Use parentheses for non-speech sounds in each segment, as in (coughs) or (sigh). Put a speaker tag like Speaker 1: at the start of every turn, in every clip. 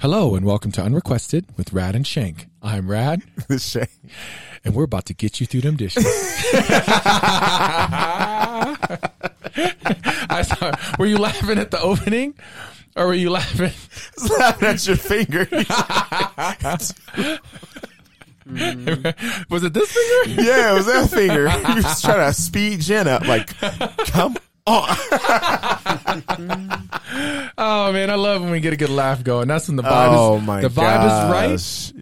Speaker 1: Hello and welcome to Unrequested with Rad and Shank. I'm Rad,
Speaker 2: (laughs) the shake.
Speaker 1: and we're about to get you through them dishes. (laughs) I saw, were you laughing at the opening, or were you laughing? (laughs)
Speaker 2: laughing at your finger. (laughs)
Speaker 1: Was it this finger?
Speaker 2: yeah, it was that finger. He was trying to speed Jen up. Like, come on.
Speaker 1: Oh man, I love when we get a good laugh going. That's when the vibe
Speaker 2: Oh
Speaker 1: is
Speaker 2: my
Speaker 1: the vibe is right
Speaker 2: gosh.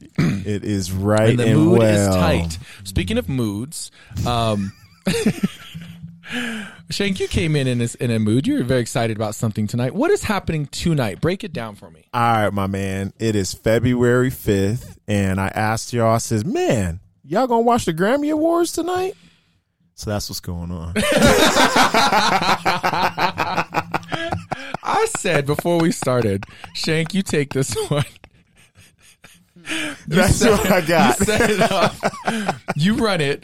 Speaker 2: it is right
Speaker 1: and
Speaker 2: and,
Speaker 1: the mood
Speaker 2: well.
Speaker 1: is tight. Speaking of moods, um, (laughs) Shank, you came in in, this, in a mood. You're very excited about something tonight. What is happening tonight? Break it down for me.
Speaker 2: All right, my man. It is February 5th, and I asked y'all, I says, man, y'all gonna watch the Grammy Awards tonight? So that's what's going on.
Speaker 1: (laughs) I said before we started, Shank, you take this (laughs) one.
Speaker 2: (laughs) that's
Speaker 1: said-
Speaker 2: what I got.
Speaker 1: You set it up. You run it.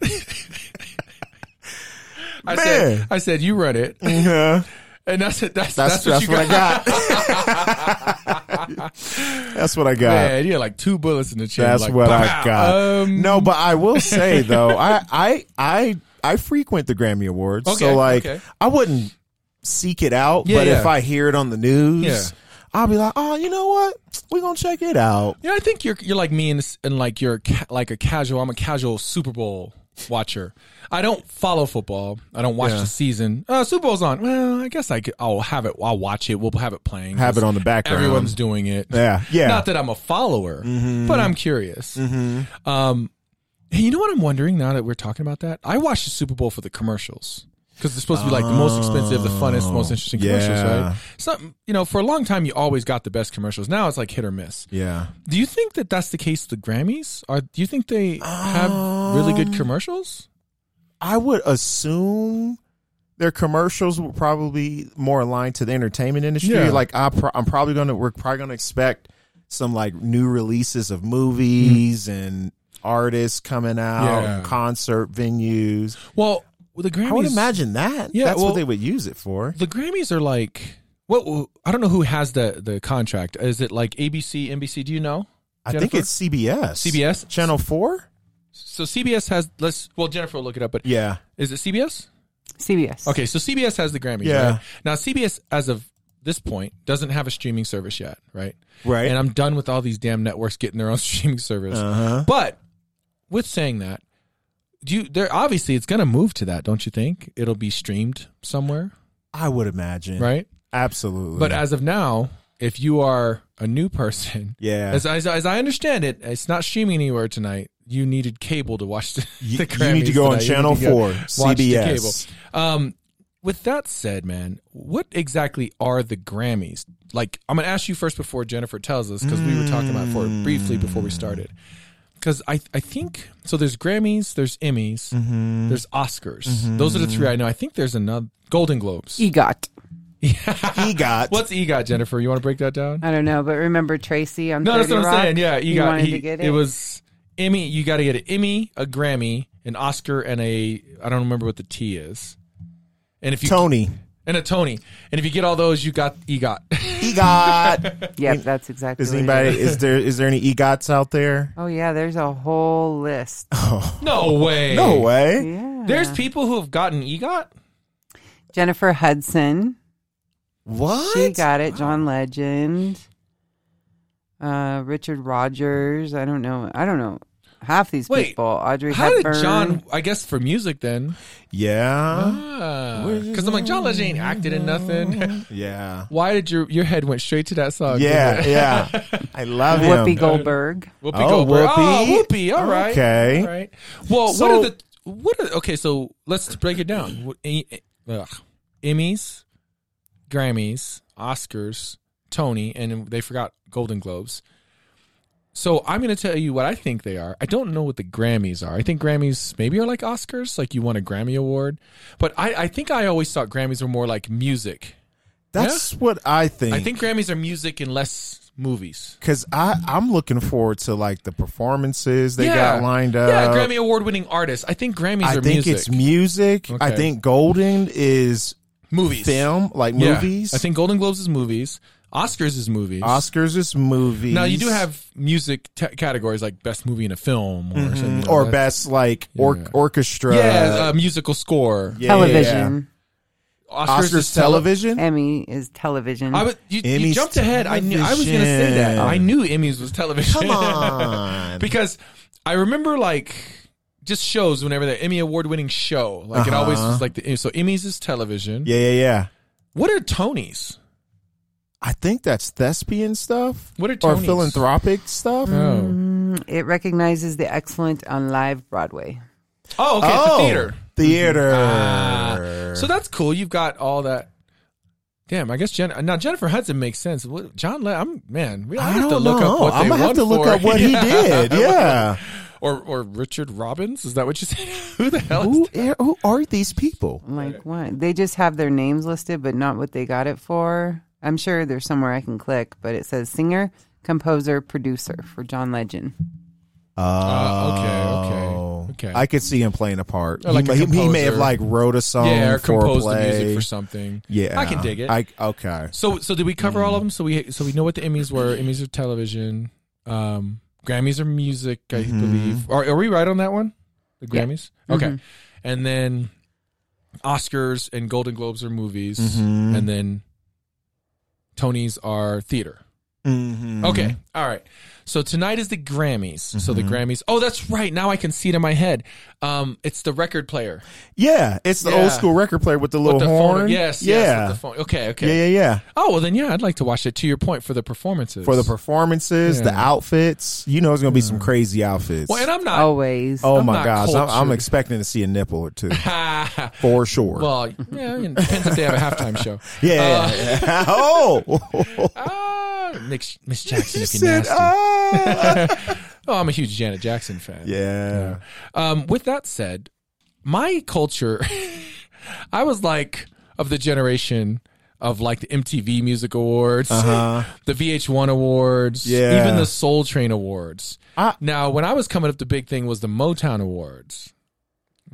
Speaker 1: I said,
Speaker 2: Man.
Speaker 1: I said, you run it,
Speaker 2: Yeah.
Speaker 1: and that's it. That's
Speaker 2: That's,
Speaker 1: that's, what you got.
Speaker 2: I
Speaker 1: (laughs)
Speaker 2: got. (laughs) that's what I got.
Speaker 1: Man, you had like two bullets in the chin.
Speaker 2: That's
Speaker 1: like,
Speaker 2: what
Speaker 1: pow.
Speaker 2: I got.
Speaker 1: Um,
Speaker 2: no, but I will
Speaker 1: (laughs)
Speaker 2: say though, I I I I frequent the Grammy Awards,
Speaker 1: Okay,
Speaker 2: so like
Speaker 1: okay.
Speaker 2: I wouldn't seek it out,
Speaker 1: Yeah,
Speaker 2: but if
Speaker 1: yeah.
Speaker 2: I hear it on the news,
Speaker 1: Yeah.
Speaker 2: I'll be like, oh, you know what? We're gonna check it out.
Speaker 1: Yeah, I think you're you're like me and and like you're ca- like a casual. I'm a casual Super Bowl watcher. I don't follow football. I don't watch
Speaker 2: Yeah.
Speaker 1: the season. Uh, Super Bowl's on. Well, I guess I could, I'll have it. I'll watch it. We'll have it playing.
Speaker 2: Have it on the background.
Speaker 1: Everyone's doing it.
Speaker 2: Yeah, Mm-hmm. yeah.
Speaker 1: Not that I'm a follower, but I'm curious.
Speaker 2: Mm-hmm.
Speaker 1: Um, hey, you know what I'm wondering now that we're talking about that? I watched the Super Bowl for the commercials because they're supposed to be like the most expensive, the funnest, most interesting commercials,
Speaker 2: Oh, Yeah.
Speaker 1: right? Some, you know, for a long time you always got the best commercials. Now it's like hit or miss.
Speaker 2: Yeah.
Speaker 1: Do you think that that's the case with the Grammys? Are do you think they have really
Speaker 2: Um,
Speaker 1: good commercials?
Speaker 2: I would assume their commercials were probably more aligned to the entertainment industry.
Speaker 1: Yeah.
Speaker 2: Like I pro- I'm probably gonna we're probably gonna expect some like new releases of movies and artists coming out,
Speaker 1: Mm. Yeah.
Speaker 2: concert venues.
Speaker 1: Well, the Grammys.
Speaker 2: I would imagine that.
Speaker 1: Yeah,
Speaker 2: that's
Speaker 1: well-
Speaker 2: what they would use it for.
Speaker 1: the Grammys are like what? I don't know who has the the contract. Is it like ABC, NBC? Do you know?
Speaker 2: I
Speaker 1: Jennifer?
Speaker 2: think it's CBS.
Speaker 1: CBS?
Speaker 2: Channel Four.
Speaker 1: So CBS has. Let's. Well, Jennifer will look it up. But
Speaker 2: Yeah.
Speaker 1: is it CBS?
Speaker 3: CBS.
Speaker 1: Okay, so CBS has the Grammys.
Speaker 2: Yeah.
Speaker 1: Right? Now CBS, as of this point, doesn't have a streaming service yet, right?
Speaker 2: Right.
Speaker 1: And I'm done with all these damn networks getting their own (laughs) streaming service.
Speaker 2: Uh-huh.
Speaker 1: But with saying that, do you there obviously it's going to move to that, don't you think? It'll be streamed somewhere,
Speaker 2: I would imagine.
Speaker 1: right?
Speaker 2: Absolutely.
Speaker 1: But as of now, if you are a new person,
Speaker 2: Yeah.
Speaker 1: as, as, as I understand it, it's not streaming anywhere tonight. You needed cable to watch the,
Speaker 2: You-
Speaker 1: the
Speaker 2: you need to
Speaker 1: Grammys
Speaker 2: go on
Speaker 1: tonight. You need
Speaker 2: Channel
Speaker 1: to go
Speaker 2: 4,
Speaker 1: watch the
Speaker 2: CBS.
Speaker 1: cable. Um, with that said, man, what exactly are the Grammys? Like, I'm going to ask you first before Jennifer tells us because we were talking about it for
Speaker 2: Mm.
Speaker 1: briefly before we started. Because I, I think so. There's Grammys, there's Emmys,
Speaker 2: Mm-hmm.
Speaker 1: there's Oscars. Those are the three I know. I think there's another Golden Globes.
Speaker 2: E
Speaker 3: EGOT.
Speaker 2: he
Speaker 1: (laughs)
Speaker 2: got
Speaker 1: What's EGOT, Jennifer? You want to break that down?
Speaker 3: I don't know, but remember Tracy on
Speaker 1: No,
Speaker 3: 30
Speaker 1: that's what I'm
Speaker 3: Rock?
Speaker 1: saying. Yeah, E you
Speaker 3: He
Speaker 1: got
Speaker 3: wanted
Speaker 1: he-
Speaker 3: to get
Speaker 1: it.
Speaker 3: it.
Speaker 1: was Emmy. You got to get an Emmy, a Grammy, an Oscar, and a I don't remember what the T is. And if you (laughs)
Speaker 2: Tony.
Speaker 1: and a Tony, and if you get all those, you got EGOT. (laughs)
Speaker 2: He got.
Speaker 3: Yep, that's exactly.
Speaker 2: Is
Speaker 3: what it
Speaker 2: anybody
Speaker 1: (laughs)
Speaker 2: is there is there any E egots out there?
Speaker 3: Oh yeah, there's a whole list.
Speaker 1: (laughs) no way.
Speaker 2: No way.
Speaker 3: Yeah.
Speaker 1: There's people who have gotten EGOT.
Speaker 3: Jennifer Hudson.
Speaker 2: What?
Speaker 3: She got it. John Legend. Uh, Richard Rogers. I don't know. I don't know. Half these
Speaker 1: Wait,
Speaker 3: people. Audrey
Speaker 1: How did
Speaker 3: Hepburn.
Speaker 1: John? I guess for music then,
Speaker 2: Yeah.
Speaker 1: because I'm like John Legend ain't acted in nothing.
Speaker 2: Yeah.
Speaker 1: (laughs) Why did your your head went straight to that song? (laughs)
Speaker 2: Yeah,
Speaker 1: didn't it?
Speaker 2: yeah. I love
Speaker 3: Whoopi
Speaker 2: him.
Speaker 3: Goldberg.
Speaker 1: Whoopi
Speaker 2: Oh,
Speaker 1: Goldberg. Oh,
Speaker 2: Whoopi.
Speaker 1: Whoopi. All right.
Speaker 2: Okay.
Speaker 1: All right. Well,
Speaker 2: So-
Speaker 1: what are the what are okay? So let's break it down. What- e- e- ugh. Emmys, Grammys, Oscars, Tony, and they forgot Golden Globes. So I'm going to tell you what I think they are. I don't know what the Grammys are. I think Grammys maybe are like Oscars, like you won a Grammy award. But I, I think I always thought Grammys were more like music.
Speaker 2: That's what I think.
Speaker 1: I think Grammys are music and less movies.
Speaker 2: because I I'm looking forward to like the performances they got lined up.
Speaker 1: Yeah, Grammy award winning artists. I think Grammys
Speaker 2: I
Speaker 1: are
Speaker 2: think
Speaker 1: music.
Speaker 2: it's music. I
Speaker 1: Okay.
Speaker 2: think Golden is
Speaker 1: movies.
Speaker 2: film, like
Speaker 1: Yeah.
Speaker 2: movies.
Speaker 1: I think Golden Globes is movies. Oscars is movies.
Speaker 2: Oscars is movies.
Speaker 1: Now you do have music t- categories like best movie in a film or something like
Speaker 2: Mm-hmm. or
Speaker 1: that.
Speaker 2: best like or-
Speaker 1: Yeah.
Speaker 2: orchestra.
Speaker 1: yeah, uh, musical score.
Speaker 2: Yeah.
Speaker 3: television.
Speaker 2: Oscars,
Speaker 1: is tele-
Speaker 2: television.
Speaker 3: Emmy is television.
Speaker 1: I was, you, you
Speaker 2: Emmys
Speaker 1: jumped ahead. I knew I was going to say that.
Speaker 2: television.
Speaker 1: I knew Emmys was television. (laughs)
Speaker 2: Come on.
Speaker 1: because I remember like just shows whenever the Emmy award winning show like it always
Speaker 2: Uh-huh.
Speaker 1: was like the so Emmys is television.
Speaker 2: yeah, yeah, yeah.
Speaker 1: What are Tonys?
Speaker 2: I think that's thespian stuff
Speaker 1: What are
Speaker 2: or
Speaker 1: Tonys?
Speaker 2: philanthropic stuff.
Speaker 1: Oh,
Speaker 3: Mm, it recognizes the excellent on live Broadway.
Speaker 1: oh okay,
Speaker 2: Oh,
Speaker 1: the theater. Mm-hmm.
Speaker 2: Theater.
Speaker 1: Ah, so that's cool. You've got all that. Damn, I guess Jen. Now Jennifer Hudson makes sense. What, John, Le- I'm man. We I,
Speaker 2: I
Speaker 1: have
Speaker 2: don't
Speaker 1: to look
Speaker 2: know.
Speaker 1: up what they
Speaker 2: I'm gonna have
Speaker 1: won
Speaker 2: to look
Speaker 1: for.
Speaker 2: up
Speaker 1: (laughs)
Speaker 2: what he did. Yeah.
Speaker 1: or or Richard Robbins. Is that what you said? (laughs) Who the hell?
Speaker 2: who
Speaker 1: Is
Speaker 2: are, who are these people?
Speaker 3: Like what? They just have their names listed, but not what they got it for. I'm sure there's somewhere I can click, but it says singer, composer, producer for John Legend.
Speaker 1: Uh, okay,
Speaker 2: Oh.
Speaker 1: okay, okay.
Speaker 2: I could see him playing a part.
Speaker 1: Or like
Speaker 2: he,
Speaker 1: a
Speaker 2: may- he may
Speaker 1: composer.
Speaker 2: have like wrote a song
Speaker 1: yeah, or
Speaker 2: for
Speaker 1: composed
Speaker 2: a
Speaker 1: the
Speaker 2: play.
Speaker 1: music for something.
Speaker 2: yeah,
Speaker 1: I can dig it.
Speaker 2: I, okay,
Speaker 1: So so did we cover all of
Speaker 2: Mm.
Speaker 1: them? So we so we know what the Emmys were. Emmys are television. Um, Grammys are music, I
Speaker 2: Mhm.
Speaker 1: believe. Are, are we right on that one? The
Speaker 3: Yeah.
Speaker 1: Grammys. Okay,
Speaker 3: Mhm.
Speaker 1: and then Oscars and Golden Globes are movies,
Speaker 2: Mhm.
Speaker 1: and then Tonys are theater.
Speaker 2: Mhm.
Speaker 1: Okay, all right. So tonight is the Grammys. So the
Speaker 2: Mhm.
Speaker 1: Grammys. Oh, that's right. Now I can see it in my head. Um, it's the record player.
Speaker 2: Yeah, it's the
Speaker 1: Yeah.
Speaker 2: old school record player with the
Speaker 1: With
Speaker 2: little
Speaker 1: the phone-
Speaker 2: horn.
Speaker 1: Yes.
Speaker 2: yeah,
Speaker 1: Yes, with the phone. Okay. Okay.
Speaker 2: yeah, yeah, yeah.
Speaker 1: Oh well, then yeah, I'd like to watch it. To your point, for the performances.
Speaker 2: For the performances, the
Speaker 1: Yeah.
Speaker 2: outfits, you know, it's gonna be some crazy outfits.
Speaker 1: Well, and I'm not.
Speaker 3: Always.
Speaker 2: oh
Speaker 1: I'm
Speaker 2: my
Speaker 1: not
Speaker 2: gosh, I'm, I'm
Speaker 1: cultured.
Speaker 2: expecting to see a nipple
Speaker 1: (laughs)
Speaker 2: or two
Speaker 1: Ha.
Speaker 2: for sure.
Speaker 1: well, yeah, you know, depends if they have a halftime show.
Speaker 2: (laughs) yeah, yeah,
Speaker 1: uh,
Speaker 2: yeah.
Speaker 1: (laughs)
Speaker 2: (laughs) oh,
Speaker 1: Ah, Miss Miss Jackson,
Speaker 2: He
Speaker 1: if you
Speaker 2: said,
Speaker 1: nasty. (laughs)
Speaker 2: "Ah."
Speaker 1: Oh, I'm a huge Janet Jackson fan.
Speaker 2: yeah.
Speaker 1: Um, with that said, my culture, (laughs) I was like of the generation of like the MTV Music Awards,
Speaker 2: Uh-huh.
Speaker 1: the VH1 Awards,
Speaker 2: Yeah.
Speaker 1: even the Soul Train Awards.
Speaker 2: Ah.
Speaker 1: now, when I was coming up, the big thing was the Motown Awards.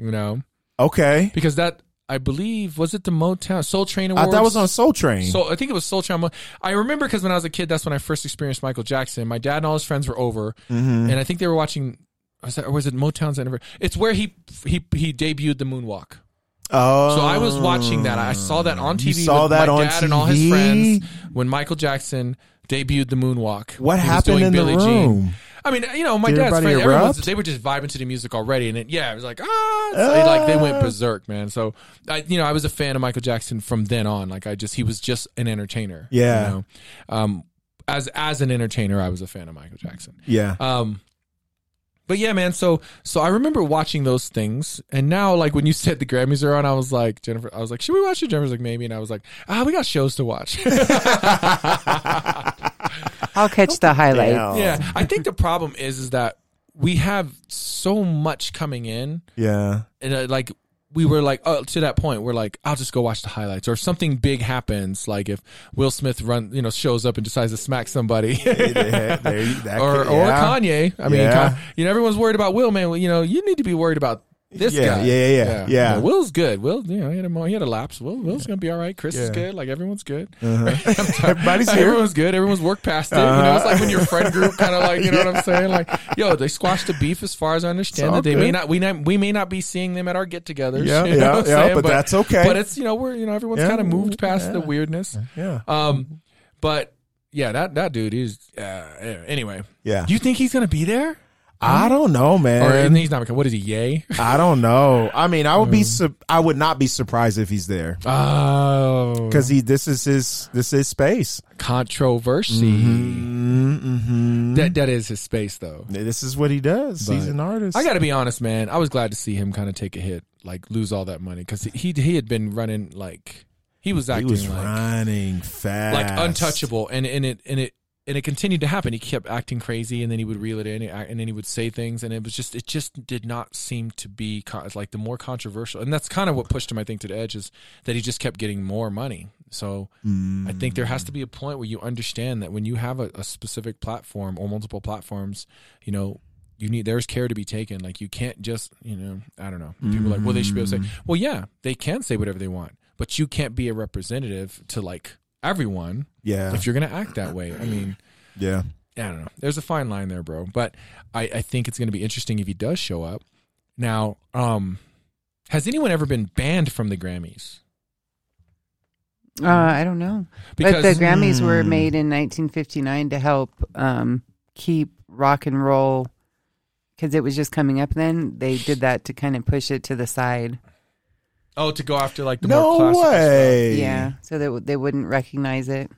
Speaker 1: You know,
Speaker 2: Okay.
Speaker 1: because that I believe was it the Motown Soul Train
Speaker 2: I
Speaker 1: Awards.
Speaker 2: thought it Uh, was on Soul Train.
Speaker 1: So I think it was Soul Train. I remember because when I was a kid, that's when I first experienced Michael Jackson. My dad and all his friends were over,
Speaker 2: Mhm.
Speaker 1: and I think they were watching. Was that, or was it Motown's anniversary? It's where he he he debuted the moonwalk.
Speaker 2: Oh.
Speaker 1: So I was watching that. I saw that on TV.
Speaker 2: You saw
Speaker 1: with
Speaker 2: that
Speaker 1: my
Speaker 2: on
Speaker 1: dad and all his
Speaker 2: TV?
Speaker 1: friends when Michael Jackson debuted the moonwalk.
Speaker 2: What
Speaker 1: He was
Speaker 2: happened
Speaker 1: doing
Speaker 2: in the
Speaker 1: Billie Jean.
Speaker 2: room?
Speaker 1: I mean, you know, my
Speaker 2: Did
Speaker 1: dad's
Speaker 2: everybody
Speaker 1: friend, everyone's,
Speaker 2: erupt?
Speaker 1: they were just vibing to the music already, and it, yeah, it was like ah, so they, like they went
Speaker 2: Ah.
Speaker 1: berserk, man. So I, you know, I was a fan of Michael Jackson from then on. Like I just, he was just an entertainer.
Speaker 2: Yeah.
Speaker 1: you know? um, as as an entertainer, I was a fan of Michael Jackson.
Speaker 2: Yeah.
Speaker 1: Um, but yeah, man. So so I remember watching those things, and now like when you said the Grammys are on, I was like Jennifer. I was like, should we watch it? Jennifer's like, maybe, and I was like, ah, we got shows to watch. (laughs)
Speaker 3: I'll catch the highlights.
Speaker 2: Damn.
Speaker 1: Yeah, I think the problem is is that we have so much coming in,
Speaker 2: Yeah.
Speaker 1: and uh, like we were like oh, to that point, we're like, I'll just go watch the highlights, or if something big happens, like if Will Smith run, you know, shows up and decides to smack somebody.
Speaker 2: Yeah, there you-
Speaker 1: (laughs)
Speaker 2: that
Speaker 1: Or,
Speaker 2: could-
Speaker 1: or
Speaker 2: yeah.
Speaker 1: Kanye. I mean,
Speaker 2: Yeah.
Speaker 1: Con- you know, everyone's worried about Will, man. Well, You know, you need to be worried about this
Speaker 2: Yeah,
Speaker 1: guy.
Speaker 2: yeah, yeah, yeah, yeah.
Speaker 1: Will's good. Will, you know, he had a, mo- he had a lapse. Will, Will's going to be all right. Chris is
Speaker 2: Yeah. Uh-huh.
Speaker 1: good. Like, everyone's good. (laughs)
Speaker 2: Everybody's here.
Speaker 1: Everyone's Uh, good. Everyone's worked past it. You know, it's like when your friend group kind
Speaker 2: (laughs)
Speaker 1: of like, you know what I'm saying? Like, yo, they squashed the beef as far as I understand
Speaker 2: It's all
Speaker 1: it. They may
Speaker 2: good.
Speaker 1: not we not, we may not be seeing them at our get-togethers. (laughs)
Speaker 2: Yeah,
Speaker 1: you know
Speaker 2: yeah,
Speaker 1: what I'm
Speaker 2: yeah, but that's okay.
Speaker 1: But it's you know we're you know everyone's
Speaker 2: Yeah.
Speaker 1: kind of moved past the
Speaker 2: Yeah.
Speaker 1: weirdness.
Speaker 2: Yeah.
Speaker 1: Um, but yeah, that that dude is uh, anyway.
Speaker 2: Yeah.
Speaker 1: you think he's gonna be there?
Speaker 2: I don't know,
Speaker 1: Or and
Speaker 2: man.
Speaker 1: he's not. What is he?
Speaker 2: (laughs)
Speaker 1: Yay!
Speaker 2: I don't know. I mean, I would
Speaker 1: Mm.
Speaker 2: be. Su- I would not be surprised if he's there
Speaker 1: Oh,
Speaker 2: because he. This is his. This is space.
Speaker 1: controversy.
Speaker 2: Mm-hmm.
Speaker 1: That that is his space though.
Speaker 2: This is what he does. He's
Speaker 1: But
Speaker 2: an artist.
Speaker 1: I got to be honest, man. I was glad to see him kind of take a hit, like lose all that money because he he had been running like he was
Speaker 2: He
Speaker 1: acting
Speaker 2: was
Speaker 1: like,
Speaker 2: running fast,
Speaker 1: like untouchable, and and it and it and it continued to happen. He kept acting crazy, and then he would reel it in, and then he would say things, and it was just it just did not seem to be con- it's like the more controversial, and that's kind of what pushed him, I think, to the edge is that he just kept getting more money. So I think
Speaker 2: Mm.
Speaker 1: there has to be a point where you understand that when you have a, a specific platform or multiple platforms, you know, you need there's care to be taken. Like you can't just, you know, I don't know. People are like,
Speaker 2: Mm.
Speaker 1: well, they should be able to say, well, yeah, they can say whatever they want, but you can't be a representative to like everyone
Speaker 2: Yeah.
Speaker 1: if you're going to act that way. I mean,
Speaker 2: yeah.
Speaker 1: I don't know. There's a fine line there, bro. But I, I think it's going to be interesting if he does show up. Now, um, has anyone ever been banned from the Grammys?
Speaker 3: Uh, I don't know. but the Grammys were made in 1959 to help um, keep rock and roll because it was just coming up then. They did that to kind of push it to the side.
Speaker 1: oh, to go after like the more
Speaker 2: No
Speaker 1: classic stuff.
Speaker 2: way.
Speaker 3: Yeah. So that they wouldn't recognize it.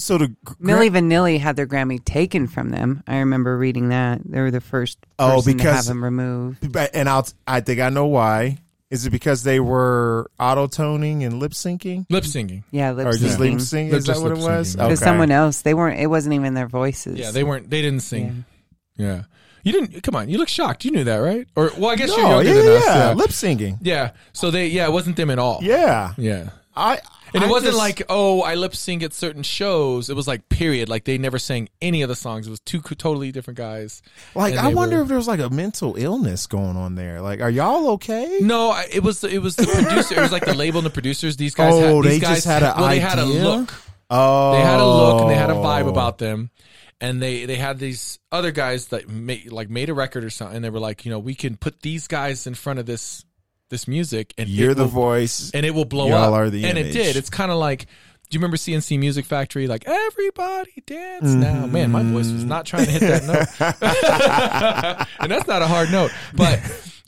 Speaker 2: So the gr-
Speaker 3: Millie Vanilli had their Grammy taken from them. I remember reading that. They were the first
Speaker 2: Oh,
Speaker 3: person to
Speaker 2: because-
Speaker 3: have them removed.
Speaker 2: But- and I'll, I think I know why. Is it because they were auto toning and lip syncing,
Speaker 1: Lip singing.
Speaker 3: Yeah, lip
Speaker 2: or just lip
Speaker 3: syncing.
Speaker 2: syncing?
Speaker 1: Lip-
Speaker 2: Is that
Speaker 1: Mm-hmm. just
Speaker 2: what it
Speaker 1: lip
Speaker 2: was?
Speaker 1: syncing.
Speaker 2: Okay.
Speaker 3: Because someone else, they weren't. It wasn't even their voices.
Speaker 1: Yeah, they weren't. They didn't sing. Yeah. You didn't. Come on. You look shocked. You knew that, right? Or well, I guess you're
Speaker 2: No,
Speaker 1: younger
Speaker 2: Oh, yeah,
Speaker 1: than us.
Speaker 2: yeah,
Speaker 1: Yeah.
Speaker 2: lip synging.
Speaker 1: yeah. So they. Yeah, it wasn't them at all.
Speaker 2: Yeah,
Speaker 1: Yeah.
Speaker 2: I.
Speaker 1: And it
Speaker 2: I
Speaker 1: wasn't
Speaker 2: just-
Speaker 1: like, oh, I lip sync at certain shows. It was like, period. Like they never sang any of the songs. It was two co- totally different guys.
Speaker 2: like
Speaker 1: and
Speaker 2: I
Speaker 1: they
Speaker 2: wonder
Speaker 1: were-
Speaker 2: if there was like a mental illness going on there. Like, are y'all okay?
Speaker 1: No, I- it was it was the producer. It was like the label and the producers. These guys.
Speaker 2: Oh,
Speaker 1: had, these
Speaker 2: they
Speaker 1: guys
Speaker 2: just had a
Speaker 1: well, they had a
Speaker 2: idea?
Speaker 1: look.
Speaker 2: Oh,
Speaker 1: They had a look and they had a vibe about them. And they, they had these other guys that made like made a record or something. And they were like, you know, we can put these guys in front of this this music, and
Speaker 2: Oh, You're
Speaker 1: it
Speaker 2: the
Speaker 1: will-
Speaker 2: voice.
Speaker 1: and it will blow
Speaker 2: Y'all
Speaker 1: up.
Speaker 2: are the
Speaker 1: and it
Speaker 2: image.
Speaker 1: did. It's kind of like, do you remember CNC Music Factory? Like everybody dance now.
Speaker 2: Mm-hmm.
Speaker 1: Man, my voice was not trying to hit that note,
Speaker 2: (laughs)
Speaker 1: and that's not a hard note. But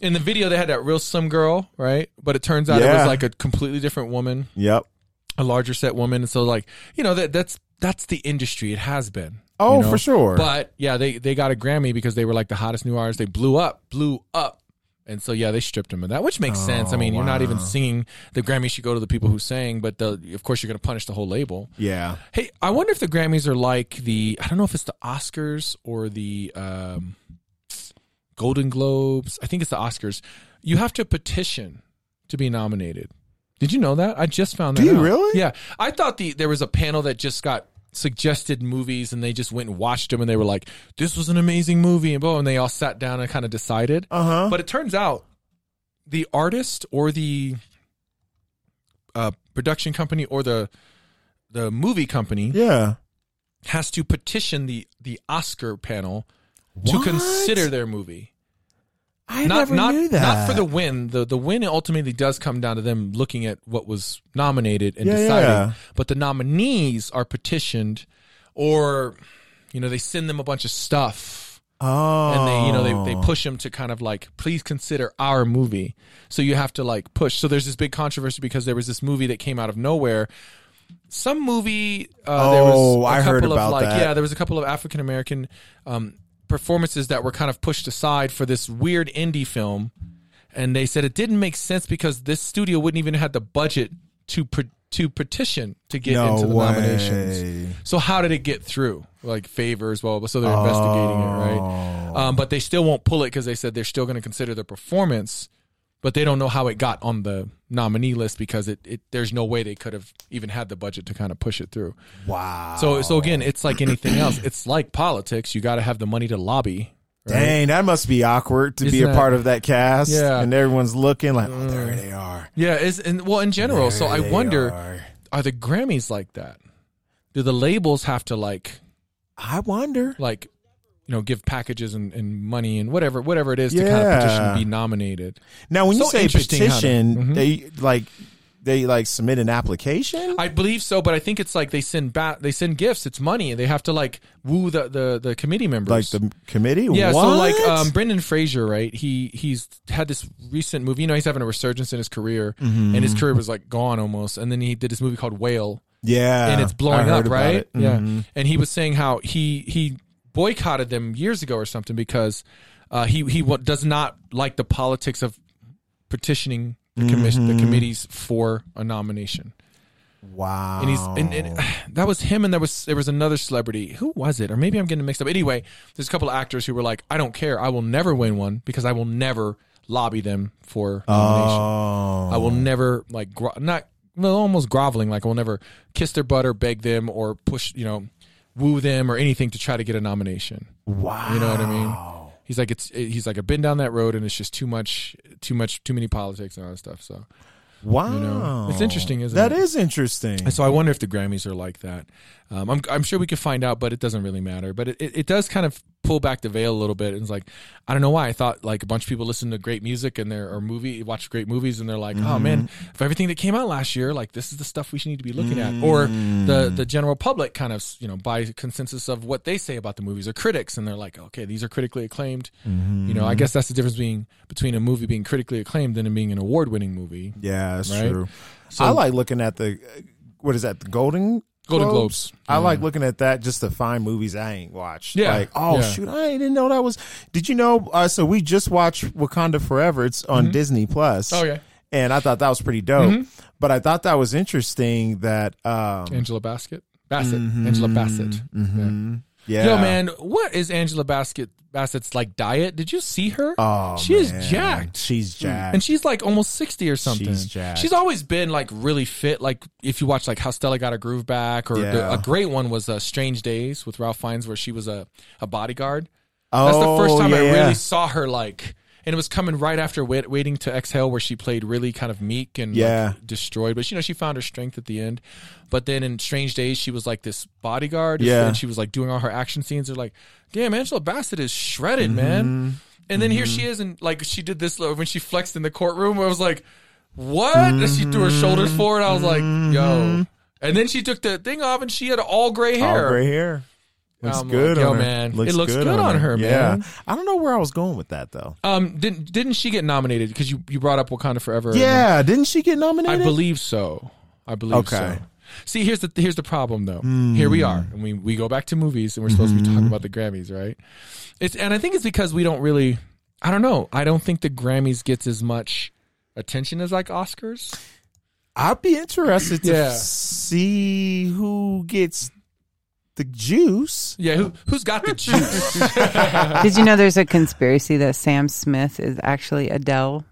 Speaker 1: in the video, they had that real slim girl, right? But it turns out it
Speaker 2: Yeah.
Speaker 1: was like a completely different woman,
Speaker 2: Yep.
Speaker 1: a larger set woman. And so, like, you know, that that's that's the industry. It has been.
Speaker 2: Oh,
Speaker 1: you know?
Speaker 2: for sure.
Speaker 1: But yeah, they they got a Grammy because they were like the hottest new artists. They blew up, blew up. And so yeah, they stripped him of that, which makes sense. I mean, you're not even
Speaker 2: Oh,
Speaker 1: singing. The Grammy should go to the people who sang, but the, of course you're going to punish the whole label.
Speaker 2: yeah.
Speaker 1: Hey, I wonder if the Grammys are like the I don't know if it's the Oscars or the um, Golden Globes. I think it's the Oscars. You have to petition to be nominated. Did you know that? I just found that.
Speaker 2: Do you
Speaker 1: out.
Speaker 2: really?
Speaker 1: Yeah, I thought the there was a panel that just got suggested movies and they just went and watched them and they were like, "This was an amazing movie," and boom, and they all sat down and kind of decided.
Speaker 2: Uh huh.
Speaker 1: But it turns out the artist or the uh, production company or the the movie company
Speaker 2: Yeah.
Speaker 1: has to petition the the Oscar panel to
Speaker 2: What?
Speaker 1: consider their movie.
Speaker 2: I
Speaker 1: not
Speaker 2: never
Speaker 1: not
Speaker 2: knew that.
Speaker 1: not for the win. The the win ultimately does come down to them looking at what was nominated and
Speaker 2: Yeah,
Speaker 1: deciding.
Speaker 2: yeah.
Speaker 1: But the nominees are petitioned or you know they send them a bunch of stuff
Speaker 2: Oh.
Speaker 1: and they you know they, they push him to kind of like please consider our movie so you have to like push so there's this big controversy because there was this movie that came out of nowhere some movie uh, there
Speaker 2: Oh,
Speaker 1: was a
Speaker 2: I
Speaker 1: couple
Speaker 2: heard
Speaker 1: of
Speaker 2: about
Speaker 1: like
Speaker 2: that.
Speaker 1: yeah there was a couple of african american um, performances that were kind of pushed aside for this weird indie film and they said it didn't make sense because this studio wouldn't even have the budget to pr- to petition to get
Speaker 2: no
Speaker 1: into the
Speaker 2: way.
Speaker 1: nominations so how did it get through? Like favors, blah blah. blah. So they're investigating it,
Speaker 2: Oh.
Speaker 1: right? Um, but they still won't pull it because they said they're still going to consider the performance, but they don't know how it got on the nominee list because it, it there's no way they could have even had the budget to kind of push it through.
Speaker 2: Wow.
Speaker 1: So so again, it's like anything else. It's like politics. You got to have the money to lobby. right?
Speaker 2: Dang, that must be awkward to be
Speaker 1: Isn't
Speaker 2: a
Speaker 1: that-
Speaker 2: part of that cast.
Speaker 1: Yeah.
Speaker 2: And everyone's looking like, oh, there they are.
Speaker 1: Yeah, it's, and well in general. so
Speaker 2: There
Speaker 1: I
Speaker 2: they
Speaker 1: wonder, are.
Speaker 2: are.
Speaker 1: the Grammys like that? Do the labels have to like
Speaker 2: I wonder.
Speaker 1: like? You know, give packages and, and money and whatever whatever it is to kind of petition
Speaker 2: Yeah.
Speaker 1: to be nominated.
Speaker 2: Now, when you
Speaker 1: So
Speaker 2: say
Speaker 1: interesting how to-
Speaker 2: petition,
Speaker 1: Mhm.
Speaker 2: they like they like submit an application.
Speaker 1: I believe so, but I think it's like they send ba- they send gifts. It's money. They have to like woo the the, the committee
Speaker 2: like
Speaker 1: members.
Speaker 2: the committee.
Speaker 1: yeah,
Speaker 2: What?
Speaker 1: so like um, Brendan Fraser, right? He he's had this recent movie. You know, he's having a resurgence in his career,
Speaker 2: Mm-hmm.
Speaker 1: and his career was like gone almost. And then he did this movie called Whale,
Speaker 2: yeah,
Speaker 1: and it's
Speaker 2: I
Speaker 1: blowing
Speaker 2: heard
Speaker 1: up,
Speaker 2: about
Speaker 1: right?
Speaker 2: it. Mhm.
Speaker 1: Yeah. And he was saying how he he boycotted them years ago or something because uh, he he wa- does not like the politics of petitioning the commission
Speaker 2: Mm-hmm.
Speaker 1: the committees for a nomination
Speaker 2: Wow.
Speaker 1: and he's and, and
Speaker 2: Oh.
Speaker 1: (sighs) that was him and there was there was another celebrity who was it or maybe i'm getting mixed up anyway there's a couple of actors who were like i don't care i will never win one because i will never lobby them for nomination
Speaker 2: oh,
Speaker 1: i will never like gro- not well, almost groveling like i will never kiss their butt or beg them or push you know woo them or anything to try to get a nomination
Speaker 2: wow.
Speaker 1: you know what i mean he's like it's he's like i've been down that road and it's just too much too much too many politics and all that stuff so
Speaker 2: Wow,
Speaker 1: You know, it's interesting, isn't
Speaker 2: That
Speaker 1: it?
Speaker 2: is interesting.
Speaker 1: And so I wonder if the Grammys are like that. Um, I'm, I'm sure we could find out, but it doesn't really matter. But it, it, it does kind of pull back the veil a little bit. And it's like, I don't know why. I thought like a bunch of people listen to great music and they're, or movie, watch great movies and they're like, oh man, if everything that came out last year, like this is the stuff we should need to be looking at. Or the, the general public kind of, you know, by consensus of what they say about the movies or critics. And they're like, okay, these are critically acclaimed. You know, I guess that's the difference being between a movie being critically acclaimed and it being an award winning movie.
Speaker 2: Yeah, that's
Speaker 1: Right?
Speaker 2: true.
Speaker 1: So-
Speaker 2: I like looking at the what is that? The Golden
Speaker 1: Golden Globes.
Speaker 2: I like looking at that just to find movies I ain't watched.
Speaker 1: Yeah.
Speaker 2: like oh
Speaker 1: Yeah.
Speaker 2: shoot, I didn't know that was. Did you know? Uh, so we just watched Wakanda Forever. It's on Disney Plus.
Speaker 1: Mm-hmm. Oh, yeah. Mm-hmm.
Speaker 2: and I thought that was pretty dope. But I thought that was interesting that um,
Speaker 1: Angela Basket. Bassett. Angela Bassett. Yeah.
Speaker 2: Mm-hmm. yeah,
Speaker 1: Yo, man, what is Angela Basket Bassett's like diet? Did you see her?
Speaker 2: Oh,
Speaker 1: she is
Speaker 2: man.
Speaker 1: jacked. Mm.
Speaker 2: She's jacked.
Speaker 1: and she's like almost sixty or something.
Speaker 2: She's jacked.
Speaker 1: She's always been like really fit. Like if you watch like How Stella Got Her Groove Back, or the-
Speaker 2: Yeah.
Speaker 1: a great one was uh, Strange Days with Ralph Fiennes, where she was a, a bodyguard.
Speaker 2: oh,
Speaker 1: That's the first time I
Speaker 2: yeah.
Speaker 1: really saw her like, and it was coming right after wait, waiting to exhale, where she played really kind of meek and like,
Speaker 2: Yeah.
Speaker 1: destroyed. But you know, she found her strength at the end. But then in Strange Days, she was like this bodyguard.
Speaker 2: Yeah.
Speaker 1: and she was like doing all her action scenes. They're like, damn, Angela Bassett is shredded,
Speaker 2: Mm-hmm.
Speaker 1: man. And then here she is, and like she did this like, when she flexed in the courtroom. I was like, what? And she threw her shoulders forward. I was like,
Speaker 2: Mm-hmm.
Speaker 1: yo. And then she took the thing off, and she had all gray hair.
Speaker 2: All gray hair. Looks
Speaker 1: I'm
Speaker 2: good
Speaker 1: like, yo,
Speaker 2: on her.
Speaker 1: man, it looks good on her,
Speaker 2: yeah.
Speaker 1: man.
Speaker 2: I don't know where I was going with that though.
Speaker 1: Um, didn't didn't she get nominated? Because you you brought up Wakanda Forever.
Speaker 2: Yeah, didn't she get
Speaker 1: I
Speaker 2: nominated?
Speaker 1: believe so. I believe
Speaker 2: Okay. Hmm.
Speaker 1: so. See, here's the here's the problem though. Here we are, and we we go back to movies, and we're supposed to be talking about the Grammys, right? It's and I think it's because we don't really. I don't know. I don't think the Grammys gets as much attention as like Oscars.
Speaker 2: I'd be interested to
Speaker 1: Yeah.
Speaker 2: see who gets the juice.
Speaker 1: Yeah, who who's got the juice?
Speaker 3: Did you know there's a conspiracy that Sam Smith is actually Adele?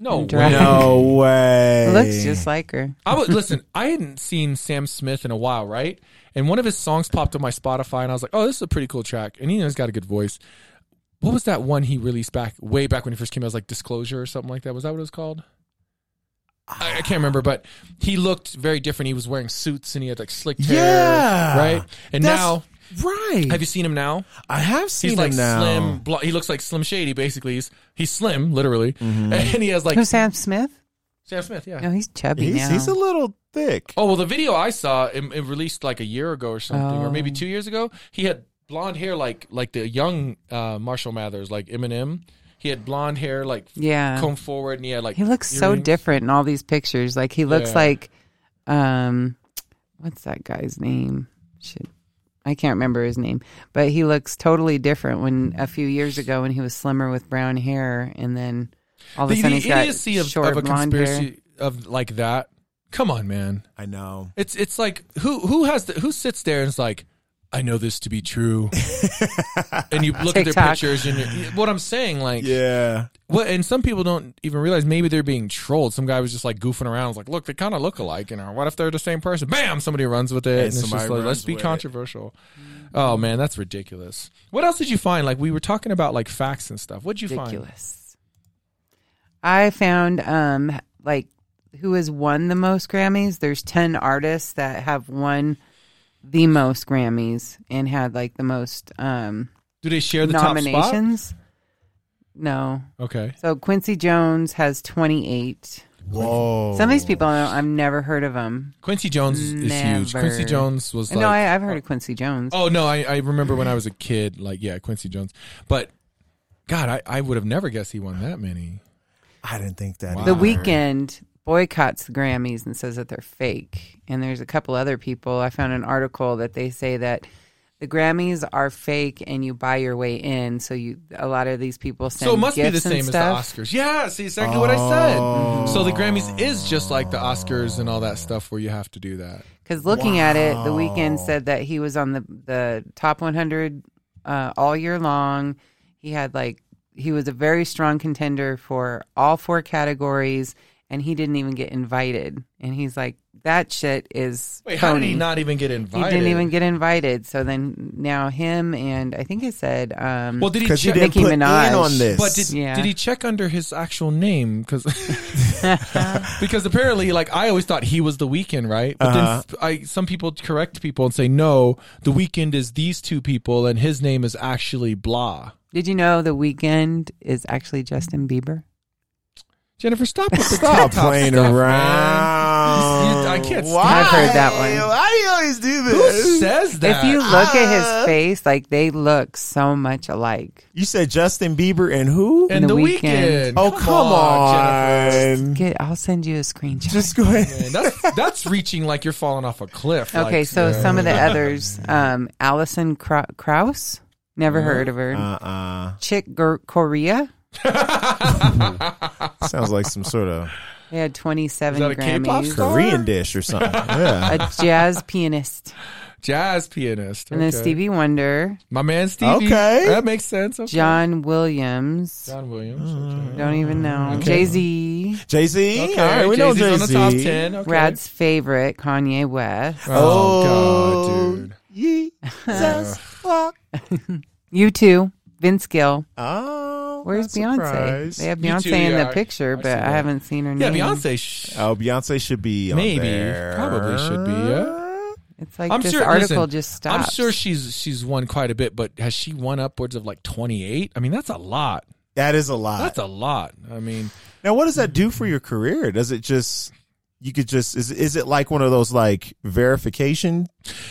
Speaker 1: No way.
Speaker 3: Right.
Speaker 2: No way.
Speaker 3: Looks just like her.
Speaker 1: I would listen. I hadn't seen Sam Smith in a while, right? And one of his songs popped on my Spotify, and I was like, "Oh, this is a pretty cool track." And he has got a good voice. What was that one he released back way back when he first came out? It was like Disclosure or something like that. Was that what it was called? I, I can't remember, but he looked very different. He was wearing suits and he had like slicked hair,
Speaker 2: Yeah.
Speaker 1: right? And
Speaker 2: That's-
Speaker 1: now,
Speaker 2: right.
Speaker 1: have you seen him now?
Speaker 2: I have seen
Speaker 1: He's
Speaker 2: him
Speaker 1: like
Speaker 2: now.
Speaker 1: slim. Bl- he looks like Slim Shady, basically. He's he's slim, literally, (laughs)
Speaker 2: Mm-hmm.
Speaker 1: and he has like
Speaker 3: Who's Sam Smith?
Speaker 1: Sam Smith. Yeah,
Speaker 3: No, he's chubby
Speaker 2: He's,
Speaker 3: now.
Speaker 2: he's a little thick.
Speaker 1: Oh well, the video I saw it, it released like a year ago or something, or maybe
Speaker 3: Oh.
Speaker 1: two years ago. He had blonde hair like like the young uh, Marshall Mathers, like Eminem. He had blonde hair like
Speaker 3: yeah.
Speaker 1: combed forward, and he had like
Speaker 3: He looks so
Speaker 1: earrings.
Speaker 3: different in all these pictures. Like he looks
Speaker 1: Yeah.
Speaker 3: like, um, what's that guy's name? Shit, I can't remember his name. But he looks totally different when a few years ago when he was slimmer with brown hair, and then all of a
Speaker 1: The,
Speaker 3: sudden
Speaker 1: the
Speaker 3: he's got
Speaker 1: idiocy of,
Speaker 3: short
Speaker 1: of a
Speaker 3: blonde hair.
Speaker 1: conspiracy of like that. Come on, man.
Speaker 2: I know.
Speaker 1: It's it's like who who has the, who sits there and is like, I know this to be
Speaker 3: (laughs)
Speaker 1: true, and you look at their
Speaker 3: TikTok.
Speaker 1: pictures and you're, what I'm saying, like
Speaker 2: Yeah.
Speaker 1: Well, and some people don't even realize maybe they're being trolled. Some guy was just like goofing around. was like, look, they kind of look alike. You know, what if they're the same person? Bam! Somebody runs with it. And, it's
Speaker 2: somebody
Speaker 1: just like,
Speaker 2: runs
Speaker 1: let's be
Speaker 2: with it.
Speaker 1: controversial. Oh man, that's ridiculous. What else did you find? Like we were talking about like facts and stuff. What'd you find?
Speaker 3: ridiculous. I found um like who has won the most Grammys. There's ten artists that have won the most Grammys and had like the most um
Speaker 1: Do they share the top spot?
Speaker 3: nominations. No.
Speaker 1: Okay.
Speaker 3: So Quincy Jones has 28.
Speaker 2: Whoa.
Speaker 3: Some of these people I- I've never heard of them.
Speaker 1: Quincy Jones is huge.
Speaker 3: Never.
Speaker 1: Quincy Jones was like
Speaker 3: no, I, I've heard of Quincy Jones.
Speaker 1: Oh no, I, I remember when I was a kid, like yeah, Quincy Jones. But God, I, I would have never guessed he won that many.
Speaker 2: I didn't think that.
Speaker 1: Wow.
Speaker 3: The
Speaker 2: either.
Speaker 3: weekend boycotts the Grammys and says that they're fake. And there's a couple other people. I found an article that they say that the Grammys are fake and you buy your way in. So you a lot of these people send
Speaker 1: So it must be
Speaker 3: gifts
Speaker 1: the same
Speaker 3: and
Speaker 1: as the
Speaker 3: stuff. Oh.
Speaker 1: Oscars. Yeah, see exactly what I said. So the Grammys is just like the Oscars and all that stuff where you have to do that.
Speaker 3: Because looking at it, The weekend said that he was on the the top 100 uh, all year long. He had like he was a very strong contender for all four categories, and he didn't even get invited. And he's like, that shit is.
Speaker 1: Wait, how did
Speaker 3: phony.
Speaker 1: he not even get invited?
Speaker 3: He didn't even get invited. So then now him and I think it said, um,
Speaker 1: Well, did he
Speaker 2: because you
Speaker 1: check?
Speaker 2: didn't
Speaker 3: Nicki
Speaker 2: put
Speaker 3: Minaj.
Speaker 2: in on this.
Speaker 1: But did,
Speaker 3: Yeah.
Speaker 1: did he check under his actual name? Because (laughs) because apparently, like I always thought he was the weekend, right? But then
Speaker 3: Uh-huh.
Speaker 1: I some people correct people and say no, the weekend is these two people, and his name is actually blah.
Speaker 3: (laughs) did you know the weekend is actually Justin Bieber?
Speaker 1: Jennifer, stop with the
Speaker 2: Stop
Speaker 1: TikTok
Speaker 2: playing
Speaker 1: stuff, man.
Speaker 2: around.
Speaker 1: You- I can't stand
Speaker 2: Why?
Speaker 3: I've heard that one.
Speaker 2: Why do you always do
Speaker 1: Who
Speaker 2: this?
Speaker 1: says that?
Speaker 3: If you look
Speaker 1: (laughs)
Speaker 3: at
Speaker 2: Ah.
Speaker 3: his face, like they look so much alike.
Speaker 2: You said Justin Bieber and who?
Speaker 1: and
Speaker 3: The
Speaker 1: the,
Speaker 3: Weeknd.
Speaker 1: weekend.
Speaker 2: oh, come on.
Speaker 1: Jennifer.
Speaker 3: Get, I'll send you a screenshot.
Speaker 2: Just go
Speaker 1: (laughs) Man,
Speaker 2: ahead.
Speaker 1: that's that's reaching like you're falling off a cliff.
Speaker 3: okay,
Speaker 1: like,
Speaker 3: so
Speaker 1: yeah. (laughs)
Speaker 3: some of the others, um, Allison Krau- Krauss, never heard of
Speaker 1: Uh,
Speaker 3: her.
Speaker 2: Uh-uh.
Speaker 3: Chick Gor- Corea
Speaker 2: Sounds like some sort of
Speaker 3: they had
Speaker 1: Is
Speaker 3: 27
Speaker 1: that a K-pop (laughs)
Speaker 3: Grammys.
Speaker 1: star?
Speaker 2: Korean dish or something.
Speaker 3: (laughs)
Speaker 2: Yeah.
Speaker 3: A jazz pianist,
Speaker 1: jazz pianist.
Speaker 3: and then
Speaker 1: okay.
Speaker 3: Stevie Wonder,
Speaker 1: my man Stevie.
Speaker 2: Okay.
Speaker 1: that makes sense. Okay.
Speaker 3: John Williams.
Speaker 1: John Williams. Okay.
Speaker 3: Don't even know.
Speaker 1: Mm. Okay.
Speaker 3: Jay Z,
Speaker 2: Jay Z.
Speaker 1: Okay,
Speaker 2: All right, we know Jay
Speaker 1: Jay-Z's
Speaker 2: Z.
Speaker 1: on the top ten. Okay.
Speaker 3: Rad's favorite, Kanye West.
Speaker 1: Oh, god, dude.
Speaker 3: (laughs)
Speaker 2: Jesus fuck.
Speaker 3: You two, Vince Gill.
Speaker 2: Oh,
Speaker 3: Where's
Speaker 2: that's
Speaker 3: Beyonce?
Speaker 2: surprise.
Speaker 3: They have
Speaker 1: You
Speaker 3: Beyonce
Speaker 1: two,
Speaker 3: in
Speaker 1: yeah,
Speaker 3: the
Speaker 1: I-
Speaker 3: picture,
Speaker 1: I
Speaker 3: but
Speaker 1: see
Speaker 3: I
Speaker 1: that.
Speaker 3: haven't seen her
Speaker 1: Yeah,
Speaker 3: name.
Speaker 1: Beyonce. Sh-
Speaker 2: Oh, Beyonce should be on
Speaker 1: Maybe.
Speaker 2: there.
Speaker 1: Probably should be, yeah.
Speaker 3: It's like
Speaker 1: I'm
Speaker 3: this
Speaker 1: sure.
Speaker 3: article
Speaker 1: listen,
Speaker 3: just stops.
Speaker 1: I'm sure she's she's won quite a bit, but has she won upwards of like 28? I mean, that's a lot.
Speaker 2: That is a lot.
Speaker 1: That's a lot. I mean,
Speaker 2: now, what does that do for your career? Does it just you could just is is it like one of those like verification?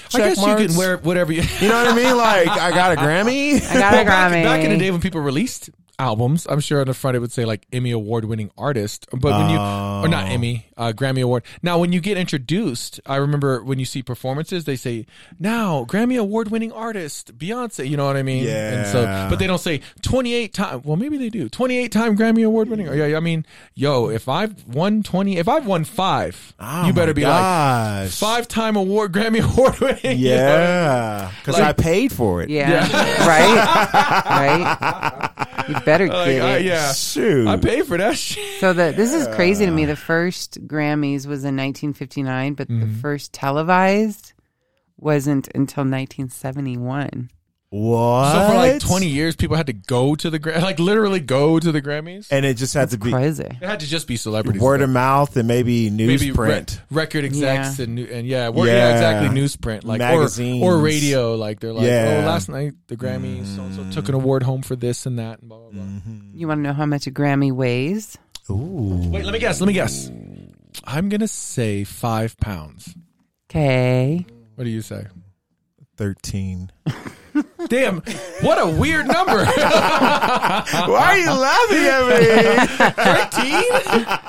Speaker 2: Check
Speaker 1: I guess
Speaker 2: marks?
Speaker 1: you can wear whatever you. (laughs)
Speaker 2: You know what I mean? Like I got a Grammy.
Speaker 3: I got a
Speaker 1: back,
Speaker 3: Grammy.
Speaker 1: back in the day when people released albums, I'm sure on the front it would say like Emmy award winning artist, but when you or not
Speaker 2: Oh.
Speaker 1: Emmy, uh, Grammy award. Now when you get introduced, I remember when you see performances, they say now Grammy award winning artist Beyonce. You know what I mean? And so,
Speaker 2: Yeah.
Speaker 1: but they don't say 28 time. Well, maybe they do. 28 time Grammy award winning. Yeah, I mean, yo, if I've won 20, if I've won five,
Speaker 2: Oh
Speaker 1: you better
Speaker 2: my
Speaker 1: be like
Speaker 2: gosh.
Speaker 1: five time award Grammy (laughs) award winning. You know?
Speaker 2: Yeah, because I
Speaker 1: Like-
Speaker 2: paid for it.
Speaker 3: Yeah. (laughs) right? Right? You better get
Speaker 1: Like, I-
Speaker 3: it.
Speaker 1: yeah.
Speaker 2: shoot.
Speaker 1: I paid for that shit.
Speaker 3: So the, this is crazy to
Speaker 1: Uh.
Speaker 3: me. The first Grammys was in 1959, but
Speaker 1: Mm-hmm.
Speaker 3: the first televised wasn't until 1971.
Speaker 2: What?
Speaker 1: So for like 20 years, people had to go to the Gra- like literally go to the Grammys.
Speaker 2: and it just had to be
Speaker 3: Crazy.
Speaker 1: It had to just be celebrities,
Speaker 2: word of mouth and maybe
Speaker 1: maybe re-
Speaker 2: newsprint.
Speaker 1: record execs,
Speaker 3: Yeah.
Speaker 1: and new- and yeah, wor- yeah,
Speaker 2: Yeah.
Speaker 1: exactly, newsprint, like or,
Speaker 2: Magazines.
Speaker 1: or radio. Like they're like,
Speaker 2: Yeah.
Speaker 1: oh, last night the Grammys so and so took an award home for this and that, and blah blah blah.
Speaker 2: Mm.
Speaker 3: You want to know how much a Grammy weighs?
Speaker 2: Ooh,
Speaker 1: Wait, let me guess. Let me guess. I'm gonna say five pounds.
Speaker 3: Okay.
Speaker 1: What do you say? (laughs)
Speaker 2: thirteen.
Speaker 1: Damn, what a weird number. (laughs)
Speaker 2: Why are you laughing at me?
Speaker 1: Thirteen?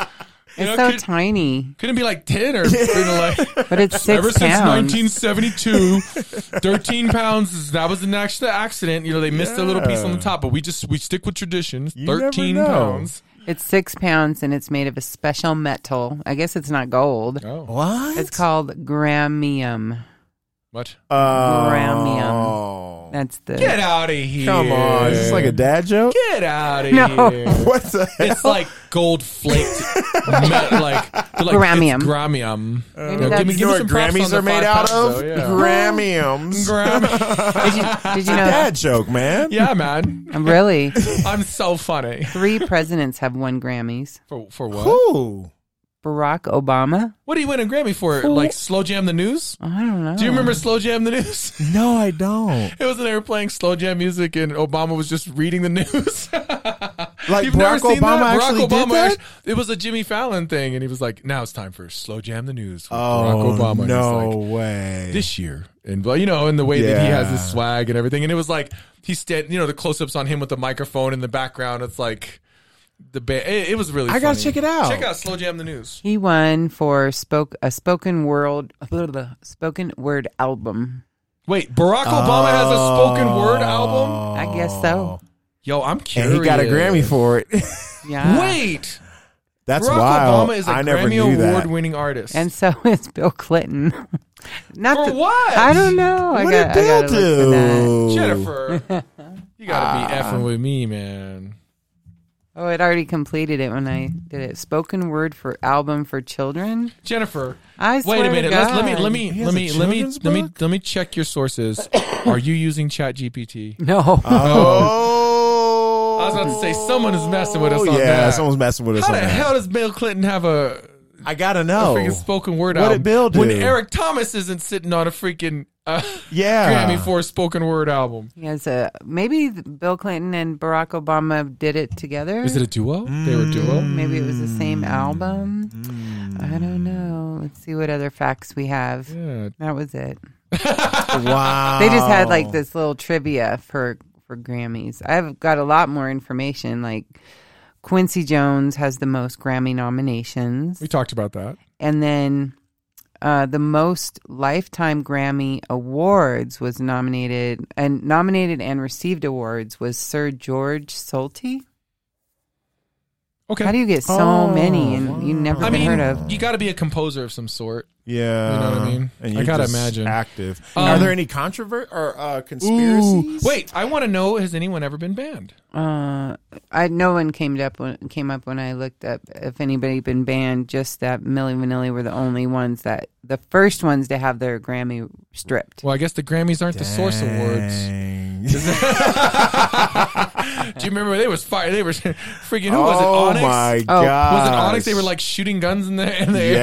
Speaker 3: It's
Speaker 1: know,
Speaker 3: so
Speaker 1: could-
Speaker 3: tiny,
Speaker 1: Couldn't it be like ten or you know, like (laughs)
Speaker 3: but it's six
Speaker 1: Ever
Speaker 3: pounds.
Speaker 1: since
Speaker 3: (laughs)
Speaker 1: 1972, 13 pounds. is- That was an actual accident. You know, they missed a little piece on the
Speaker 2: Yeah.
Speaker 1: top, but we just we stick with tradition.
Speaker 2: You never
Speaker 1: 13
Speaker 2: know.
Speaker 1: pounds.
Speaker 3: it's six pounds, and it's made of a special metal. I guess it's not gold.
Speaker 1: Oh,
Speaker 2: what?
Speaker 3: It's called grammium.
Speaker 1: what?
Speaker 2: oh,
Speaker 3: Gramium. That's the
Speaker 1: Get out of here!
Speaker 2: Come on, Oh, is this like a dad joke?
Speaker 1: Get out of
Speaker 3: No.
Speaker 1: here!
Speaker 2: (laughs) What the hell?
Speaker 1: It's like gold
Speaker 3: (laughs)
Speaker 1: flaked, me- like, they're like
Speaker 3: Gramium.
Speaker 1: it's Gramium.
Speaker 3: Maybe
Speaker 1: No,
Speaker 3: that's-
Speaker 1: give me,
Speaker 2: Uh, you
Speaker 1: give me
Speaker 2: know what
Speaker 1: some props on
Speaker 2: Grammys
Speaker 1: the
Speaker 2: are
Speaker 1: five
Speaker 2: made out
Speaker 1: pounds,
Speaker 2: of?
Speaker 1: though,
Speaker 2: Gramiums.
Speaker 1: Yeah. Gram-
Speaker 3: Did you, did you know?
Speaker 2: Dad joke, man.
Speaker 1: (laughs) yeah, man. (laughs)
Speaker 3: Really,
Speaker 1: I'm so funny. (laughs)
Speaker 3: three presidents have won Grammys.
Speaker 1: For for what?
Speaker 2: Ooh.
Speaker 3: Barack Obama.
Speaker 1: What do you win a Grammy for? Like slow jam the news?
Speaker 3: I don't know.
Speaker 1: Do you remember slow jam the news?
Speaker 2: No, I don't.
Speaker 1: It was when they were playing slow jam music and Obama was just reading the news. (laughs)
Speaker 2: Like Barack Obama actually did that?
Speaker 1: actu- it was a Jimmy Fallon thing, and he was like, "Now it's time for slow jam the news." With
Speaker 2: Oh,
Speaker 1: Barack Obama. And
Speaker 2: no
Speaker 1: he's like,
Speaker 2: way.
Speaker 1: this year, and well, you know, and the way that he has
Speaker 2: Yeah.
Speaker 1: his swag and everything, and it was like he stand, you know, the close-ups on him with the microphone in the background. It's like the ba- it, it was really.
Speaker 2: I gotta
Speaker 1: funny.
Speaker 2: check it out.
Speaker 1: Check out slow jam the news.
Speaker 3: He won for spoke a spoken word blah, blah, (laughs) spoken word album.
Speaker 1: Wait, Barack Obama has a spoken word album.
Speaker 3: I guess
Speaker 1: Oh.
Speaker 3: so.
Speaker 1: Yo, I'm curious.
Speaker 2: Oh. And he got a Grammy for it. (laughs)
Speaker 3: Yeah.
Speaker 1: Wait.
Speaker 2: That's
Speaker 1: Barack
Speaker 2: wild.
Speaker 1: Obama is a
Speaker 2: I never
Speaker 1: Grammy
Speaker 2: knew that.
Speaker 1: award winning artist.
Speaker 3: And so (laughs) is Bill Clinton. Not
Speaker 1: for
Speaker 3: that-
Speaker 1: what?
Speaker 3: I don't know. I
Speaker 2: What did
Speaker 3: got,
Speaker 2: Bill
Speaker 3: I gotta look for that.
Speaker 2: do?
Speaker 3: (laughs)
Speaker 2: Ah.
Speaker 1: Jennifer, you gotta be effing with me, man.
Speaker 3: Oh, it already completed it when I did it. Spoken word for album for children.
Speaker 1: Jennifer.
Speaker 3: I swear
Speaker 1: Wait a minute.
Speaker 3: To
Speaker 1: Let's,
Speaker 3: God.
Speaker 1: let me let me
Speaker 2: He has
Speaker 1: let
Speaker 2: a
Speaker 1: me let me
Speaker 2: children's
Speaker 1: let me
Speaker 2: book?
Speaker 1: let me check your
Speaker 2: (coughs)
Speaker 1: sources. Are you using ChatGPT?
Speaker 3: No.
Speaker 2: Oh.
Speaker 1: I was about to say someone is messing with us on
Speaker 2: yeah,
Speaker 1: that.
Speaker 2: someone's messing with us
Speaker 1: How
Speaker 2: on
Speaker 1: the
Speaker 2: that.
Speaker 1: hell does Bill Clinton have a,
Speaker 2: I gotta
Speaker 1: a
Speaker 2: know.
Speaker 1: freaking spoken word
Speaker 2: What did
Speaker 1: Oh. album
Speaker 2: Bill do?
Speaker 1: when Eric Thomas isn't sitting on a freaking
Speaker 2: (laughs)
Speaker 1: uh,
Speaker 2: yeah.
Speaker 1: Grammy for a spoken word album?
Speaker 3: He has a maybe Bill Clinton and Barack Obama did it together.
Speaker 1: Is it a duo? They were a
Speaker 2: Mm.
Speaker 1: duo.
Speaker 3: maybe it was the
Speaker 1: Hmm.
Speaker 3: same album. I don't know. Let's see what other facts we have.
Speaker 1: Yeah.
Speaker 3: That was it.
Speaker 2: (laughs) wow.
Speaker 3: They just had
Speaker 1: Oh.
Speaker 3: like this little trivia for for Grammys. I've got a lot more information. Like Quincy Jones has the most Grammy nominations.
Speaker 1: We talked about that.
Speaker 3: and then uh, the most lifetime Grammy awards was nominated and nominated and received awards was Sir George Solti.
Speaker 1: Okay.
Speaker 3: How do you get so
Speaker 2: Oh,
Speaker 3: many and you never
Speaker 1: I
Speaker 3: been
Speaker 1: mean,
Speaker 3: heard of?
Speaker 1: you got to be a composer of some sort.
Speaker 2: Yeah.
Speaker 1: You know what I mean?
Speaker 2: And
Speaker 1: I
Speaker 2: you're
Speaker 1: gotta
Speaker 2: just
Speaker 1: imagine.
Speaker 2: Active.
Speaker 1: Um,
Speaker 2: Are there any controver or uh,
Speaker 1: Ooh.
Speaker 2: conspiracies?
Speaker 1: Wait, I want to know: Has anyone ever been banned?
Speaker 3: Uh, I no one came up when came up when I looked up if anybody been banned. Just that Milli Vanilli were the only ones that the first ones to have their Grammy stripped.
Speaker 1: Well, I guess the Grammys aren't the Source Awards.
Speaker 2: Awards.
Speaker 1: Do you remember they was fire? They were (laughs) freaking. Who
Speaker 2: oh
Speaker 1: was it? Onyx.
Speaker 2: my
Speaker 3: Oh, was it
Speaker 2: god!
Speaker 1: Was it Onyx? They were like shooting guns in the in the air.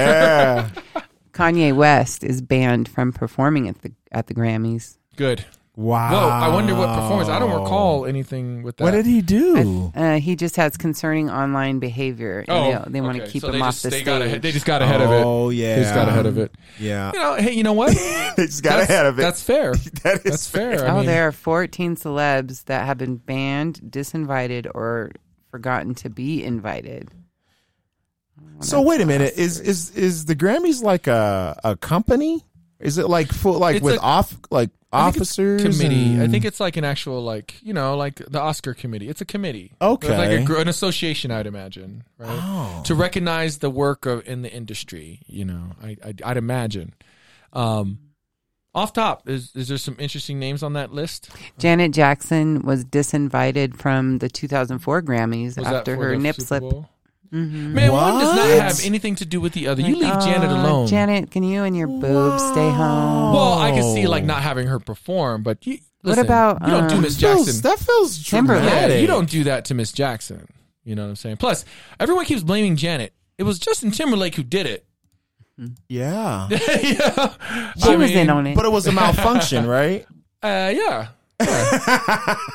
Speaker 2: yeah.
Speaker 3: Kanye West is banned from performing at the at the Grammys.
Speaker 1: Good. (laughs)
Speaker 2: Wow.
Speaker 1: Whoa. I wonder what performance. I don't recall anything with that.
Speaker 2: Oh. What did he do?
Speaker 3: Uh, he just has concerning online behavior. And
Speaker 1: Oh,
Speaker 3: they, they want to
Speaker 1: okay.
Speaker 3: keep
Speaker 1: So
Speaker 3: him
Speaker 1: they
Speaker 3: off
Speaker 1: just,
Speaker 3: the
Speaker 1: they
Speaker 3: stage.
Speaker 1: Got ahead, they just got ahead of it.
Speaker 2: Oh yeah.
Speaker 1: They just got ahead of it.
Speaker 2: Yeah.
Speaker 1: (laughs) You know, hey, you know
Speaker 2: (laughs)
Speaker 1: what?
Speaker 2: they just got
Speaker 1: That's-
Speaker 2: ahead of it.
Speaker 1: That's fair.
Speaker 2: (laughs) That is
Speaker 1: That's fair. I
Speaker 3: oh,
Speaker 1: mean,
Speaker 3: there are 14 celebs that have been banned, disinvited, or forgotten to be invited.
Speaker 2: So wait a minute. Is is is the Grammys like a a company? Is it like full like
Speaker 1: It's
Speaker 2: with
Speaker 1: a-
Speaker 2: off like
Speaker 1: I think it's
Speaker 2: officers
Speaker 1: committee. I
Speaker 2: and-
Speaker 1: think it's like an actual like you know like the Oscar committee. It's a committee.
Speaker 2: Okay.
Speaker 1: It's like a, gr- an association, I'd imagine, right?
Speaker 2: Oh.
Speaker 1: To recognize the work of in the industry, you know, I, I I'd imagine. Um, off top, is is there some interesting names on that list?
Speaker 3: Janet Jackson was disinvited from the 2004 Grammys
Speaker 1: Was that
Speaker 3: after
Speaker 1: for
Speaker 3: her
Speaker 1: the
Speaker 3: nip
Speaker 1: Super
Speaker 3: slip.
Speaker 1: Bowl?
Speaker 3: Mhm.
Speaker 1: Man, one does not
Speaker 2: What?
Speaker 1: have anything to do with the other. You
Speaker 3: Like,
Speaker 1: leave Janet
Speaker 3: "Aw,
Speaker 1: alone.
Speaker 3: Uh, Janet, can you and your boobs stay home?
Speaker 1: Well, I can see
Speaker 2: Oh.
Speaker 1: like not having her perform, but you,
Speaker 3: What
Speaker 1: listen,
Speaker 3: about,
Speaker 1: you don't do
Speaker 3: um,
Speaker 1: Miss
Speaker 2: Feels-
Speaker 1: Jackson?
Speaker 2: that feels
Speaker 3: Timberlake.
Speaker 1: Yeah,
Speaker 2: dramatic.
Speaker 1: you don't do that to Miss Jackson. You know what I'm saying? Plus, everyone keeps blaming Janet. It was Justin Timberlake who did it. (laughs)
Speaker 2: Yeah.
Speaker 1: yeah.
Speaker 3: She was in on it.
Speaker 2: But it was
Speaker 1: (laughs)
Speaker 2: a malfunction, right?
Speaker 1: Uh, yeah. Yeah. (laughs)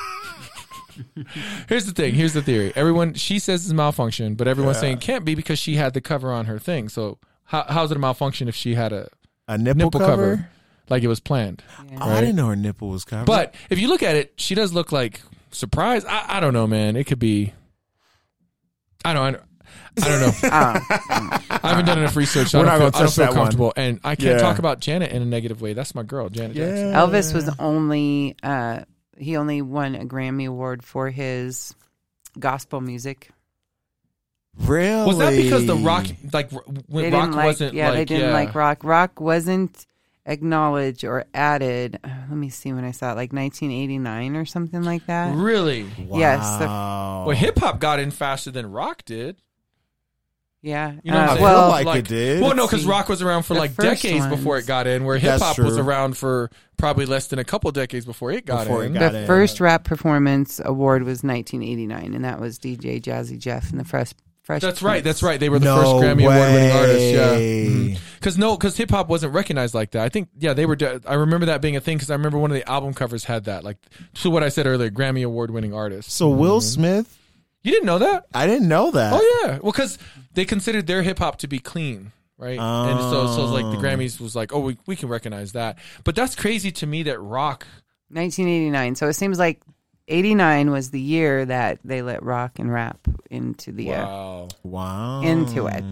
Speaker 1: Here's the thing. Here's the theory. Everyone, she says it's malfunction, but everyone's saying it can't be because she had the cover on her thing. So how, how's it a malfunction if she had a
Speaker 2: A nipple,
Speaker 1: nipple
Speaker 2: cover.
Speaker 1: cover, like it was planned? (laughs)
Speaker 2: Oh, I didn't know her nipple was covered.
Speaker 1: But if you look at it, she does look like surprised. I, I don't know, man. It could be. I don't. I don't, I don't know.
Speaker 3: Oh,
Speaker 1: I haven't done enough research. So
Speaker 2: We're
Speaker 1: I don't, feel,
Speaker 2: not gonna
Speaker 1: I don't
Speaker 2: touch
Speaker 1: feel
Speaker 2: that one.
Speaker 1: comfortable, and I can't
Speaker 2: Yeah.
Speaker 1: talk about Janet in a negative way. That's my girl, Janet. Jackson.
Speaker 3: Elvis was only uh, he only won a Grammy award for his gospel music.
Speaker 2: really
Speaker 1: Was that because the rock, like r- when
Speaker 3: they
Speaker 1: rock
Speaker 3: didn't like,
Speaker 1: wasn't
Speaker 3: yeah,
Speaker 1: like,
Speaker 3: they didn't
Speaker 1: yeah.
Speaker 3: like rock. Rock wasn't acknowledged or added. uh, Let me see when I saw it, like 1989 or something like that.
Speaker 1: Really?
Speaker 3: Yes.
Speaker 2: Wow.
Speaker 1: Well, hip hop got in faster than rock did.
Speaker 3: Yeah.
Speaker 1: You know,
Speaker 3: Uh,
Speaker 1: what I'm saying?
Speaker 3: well,
Speaker 2: Like it did.
Speaker 1: Well, no, because
Speaker 3: See.
Speaker 1: rock was around for
Speaker 3: The
Speaker 1: like
Speaker 3: first
Speaker 1: decades before
Speaker 3: ones.
Speaker 1: it got in, where hip
Speaker 2: That's
Speaker 1: hop was
Speaker 2: true.
Speaker 1: around for probably less than a couple decades before it got
Speaker 2: Before it
Speaker 1: in.
Speaker 2: got-
Speaker 3: the
Speaker 2: it.
Speaker 3: first rap performance award was 1989, and that was DJ Jazzy Jeff and the Fresh Fresh.
Speaker 1: That's right.
Speaker 3: Prince.
Speaker 1: That's right. They were the
Speaker 2: No
Speaker 1: first Grammy award winning artists.
Speaker 2: way.
Speaker 1: Yeah. Because no, because hip hop wasn't recognized like that. I think yeah, they were. de- I remember that being a thing because I remember one of the album covers had that. Like to what I said earlier, Grammy award winning artists.
Speaker 2: so Will Smith,
Speaker 1: You didn't know that?
Speaker 2: I didn't know that.
Speaker 1: Mm-hmm. Oh yeah. Well, because they considered their hip hop to be clean. Right, and so so like the
Speaker 2: Oh.
Speaker 1: Grammys was like, oh, we, we can recognize that, but that's crazy to me that rock
Speaker 3: 1989. So it seems like 89 was the year that they let rock and rap into the uh,
Speaker 1: Wow.
Speaker 2: Wow.
Speaker 3: into it.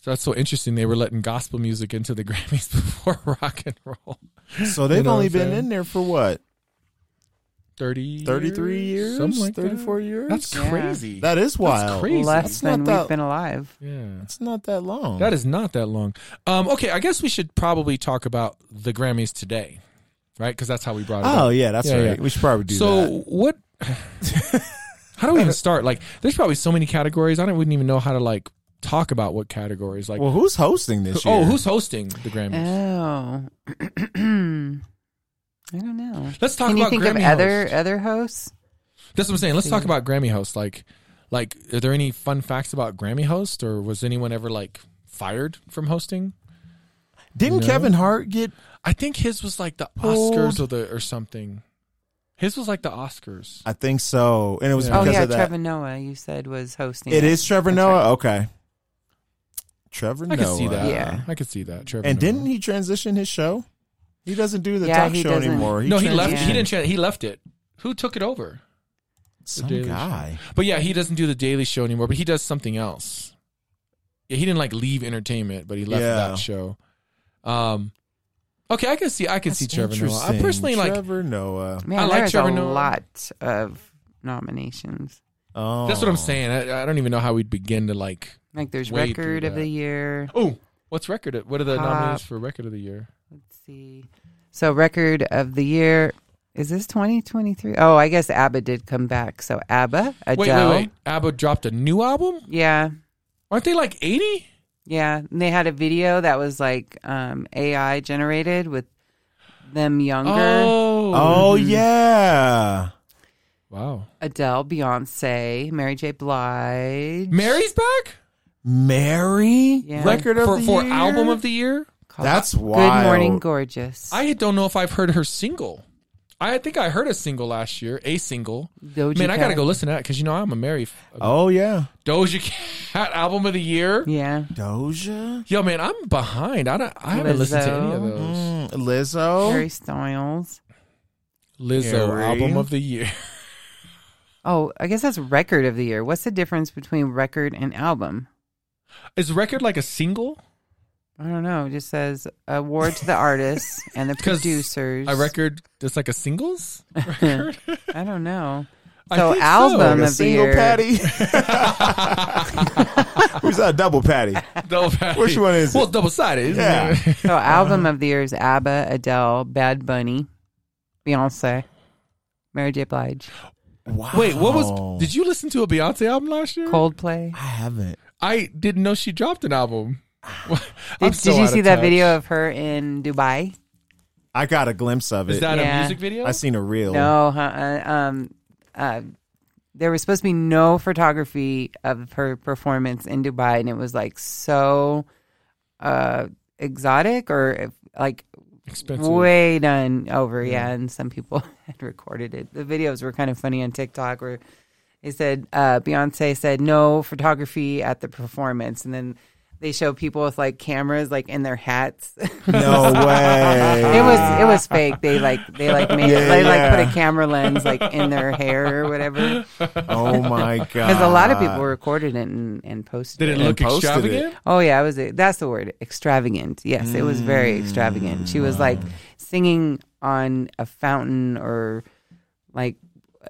Speaker 1: So that's so interesting. They were letting gospel music into the (laughs) Grammys before rock and roll.
Speaker 2: So they've
Speaker 1: You know what
Speaker 2: only
Speaker 1: I'm
Speaker 2: been
Speaker 1: saying?
Speaker 2: in there for what?
Speaker 1: 30
Speaker 2: 33 years?
Speaker 1: Something like that.
Speaker 2: 34 years?
Speaker 1: That's
Speaker 3: Yeah.
Speaker 1: crazy.
Speaker 2: That is wild.
Speaker 1: crazy. Jesus.
Speaker 3: Less
Speaker 2: That's
Speaker 3: than
Speaker 2: not
Speaker 3: we've
Speaker 2: that-
Speaker 3: been alive.
Speaker 1: yeah.
Speaker 2: It's not that long.
Speaker 1: That is not that long. Um, okay, I guess we should probably talk about the Grammys today, right? Because that's how we brought it
Speaker 2: Oh
Speaker 1: up.
Speaker 2: yeah, that's
Speaker 1: Yeah,
Speaker 2: right.
Speaker 1: yeah.
Speaker 2: We should probably do
Speaker 1: so
Speaker 2: that.
Speaker 1: what? How do we even start? Like, there's probably so many categories. I don't, wouldn't even know how to like talk about what categories. Like,
Speaker 2: Well, who's hosting this year?
Speaker 1: oh, who's hosting the Grammys?
Speaker 3: Oh, (clears throat) I don't know.
Speaker 1: Let's talk
Speaker 3: Can you
Speaker 1: about
Speaker 3: think
Speaker 1: Grammy
Speaker 3: of other
Speaker 1: hosts.
Speaker 3: other hosts?
Speaker 1: That's what I'm saying. Let's talk
Speaker 3: see.
Speaker 1: about Grammy hosts. Like, like, are there any fun facts about Grammy hosts, or was anyone ever like fired from hosting?
Speaker 2: Didn't
Speaker 1: No.
Speaker 2: Kevin Hart get?
Speaker 1: I think his was like the
Speaker 2: Old.
Speaker 1: Oscars or the or something. His was like the Oscars.
Speaker 2: I think so, and it was
Speaker 1: Yeah.
Speaker 3: Oh
Speaker 2: because
Speaker 3: yeah,
Speaker 2: of that.
Speaker 3: Trevor Noah. You said was hosting.
Speaker 2: It is Trevor
Speaker 3: That's
Speaker 2: Noah.
Speaker 3: right.
Speaker 2: Okay. Trevor
Speaker 1: I
Speaker 2: Noah.
Speaker 1: could see that.
Speaker 3: Yeah.
Speaker 1: I could see that. Trevor Noah.
Speaker 2: And didn't he transition his show? He doesn't do the
Speaker 3: Yeah,
Speaker 2: talk
Speaker 3: he
Speaker 2: show
Speaker 3: doesn't.
Speaker 2: anymore.
Speaker 1: no, he left.
Speaker 2: transitioned.
Speaker 1: He didn't. Tra- he left it. Who took it over?
Speaker 2: Some
Speaker 1: Daily Show.
Speaker 2: guy.
Speaker 1: But yeah, he doesn't do the Daily Show anymore. But he does something else. Yeah, he didn't like leave entertainment, but he left
Speaker 2: Yeah.
Speaker 1: that show. Um, okay, I can see. I can see Trevor Noah. I personally like.
Speaker 2: Trevor Noah.
Speaker 3: Man,
Speaker 1: I
Speaker 3: there's
Speaker 1: like Trevor
Speaker 3: a
Speaker 1: Noah.
Speaker 3: lot of nominations.
Speaker 2: Oh.
Speaker 1: That's what I'm saying. I, I don't even know how we'd begin to like.
Speaker 3: Like there's
Speaker 1: Way through
Speaker 3: record of
Speaker 1: that.
Speaker 3: the year.
Speaker 1: Oh, what's record? Of, what are the
Speaker 3: Pop.
Speaker 1: nominees for record of the year?
Speaker 3: Let's see. So record of the year is this 2023? Oh, I guess ABBA did come back. So ABBA,
Speaker 1: Wait,
Speaker 3: Adele.
Speaker 1: wait, wait. ABBA dropped a new album.
Speaker 3: Yeah.
Speaker 1: Aren't they like eighty?
Speaker 3: Yeah, and they had a video that was like um, AI generated with them younger.
Speaker 1: Oh,
Speaker 2: Oh yeah.
Speaker 1: wow.
Speaker 3: Adele, Beyonce, Mary J. Blige.
Speaker 1: Mary's back
Speaker 2: Mary
Speaker 3: Yeah.
Speaker 2: record of
Speaker 1: for
Speaker 2: the
Speaker 1: for
Speaker 2: year?
Speaker 1: album of the year.
Speaker 3: Called
Speaker 2: That's
Speaker 3: Good
Speaker 2: wild.
Speaker 3: Morning Gorgeous.
Speaker 1: I don't know if I've heard her single. I think I heard a single last year, a single.
Speaker 3: Doja
Speaker 1: Man, I gotta
Speaker 3: Cat.
Speaker 1: go listen to that because you know I'm a Mary. F- uh,
Speaker 2: Oh yeah.
Speaker 1: Doja Cat (laughs) album of the year.
Speaker 3: Yeah.
Speaker 2: Doja.
Speaker 1: Yo, man, I'm behind. I don't. I haven't listened to any of
Speaker 3: Lizzo.
Speaker 1: those.
Speaker 2: Mm,
Speaker 1: Oh.
Speaker 2: Lizzo.
Speaker 3: Harry Styles. Mm-hmm.
Speaker 1: Lizzo
Speaker 2: Harry.
Speaker 1: album of the year. (laughs)
Speaker 3: Oh, I guess that's record of the year. What's the difference between record and album?
Speaker 1: Is record like a single?
Speaker 3: I don't know. It just says award to the artists and the
Speaker 1: (laughs) 'Cause
Speaker 3: producers.
Speaker 1: A record that's like a singles
Speaker 3: (laughs)
Speaker 1: record. (laughs)
Speaker 3: I don't know.
Speaker 1: I
Speaker 3: So
Speaker 1: think so.
Speaker 3: album
Speaker 2: A
Speaker 3: of the
Speaker 2: single
Speaker 3: year.
Speaker 2: patty. (laughs) Who's that double patty?
Speaker 1: (laughs) double
Speaker 2: Which one is it?
Speaker 1: Well, double sided. isn't
Speaker 2: Yeah.
Speaker 1: it?
Speaker 3: So album of the year is ABBA, Adele, Bad Bunny, Beyonce, Mary J. Blige,
Speaker 2: Wow.
Speaker 1: (laughs) Wait, what
Speaker 2: Oh.
Speaker 1: was? Did you listen to a Beyonce album last year?
Speaker 3: Coldplay.
Speaker 2: I haven't.
Speaker 1: I didn't know she dropped an album. (laughs) I'm
Speaker 3: Did,
Speaker 1: so
Speaker 3: did you
Speaker 1: out
Speaker 3: see
Speaker 1: of
Speaker 3: that
Speaker 1: touch.
Speaker 3: video of her in Dubai?
Speaker 2: I got a glimpse of
Speaker 1: Is
Speaker 2: it.
Speaker 1: that a
Speaker 3: Yeah.
Speaker 1: music video?
Speaker 2: I seen a reel.
Speaker 3: No, huh, uh, um, uh, there was supposed to be no photography of her performance in Dubai, and it was like so uh, exotic or like
Speaker 1: Expensive.
Speaker 3: way done over. Yeah. and some people (laughs) had recorded it. The videos were kind of funny on TikTok where it said uh, Beyonce said no photography at the performance, and then they show people with like cameras like in their hats.
Speaker 2: (laughs)
Speaker 3: (laughs)
Speaker 2: No way.
Speaker 3: It was it was fake. They like they like made
Speaker 2: Yeah,
Speaker 3: they like
Speaker 2: yeah.
Speaker 3: put a camera lens like in their hair or whatever.
Speaker 2: Oh
Speaker 1: (laughs)
Speaker 2: my god.
Speaker 3: Because a lot of people
Speaker 2: Ah.
Speaker 3: recorded it and, and posted.
Speaker 1: Did it
Speaker 3: it.
Speaker 1: look
Speaker 2: posted it.
Speaker 1: extravagant?
Speaker 3: Oh yeah, it was. That's the word. Extravagant. Yes, it was very extravagant. She was
Speaker 1: Mm.
Speaker 3: like singing on a fountain or like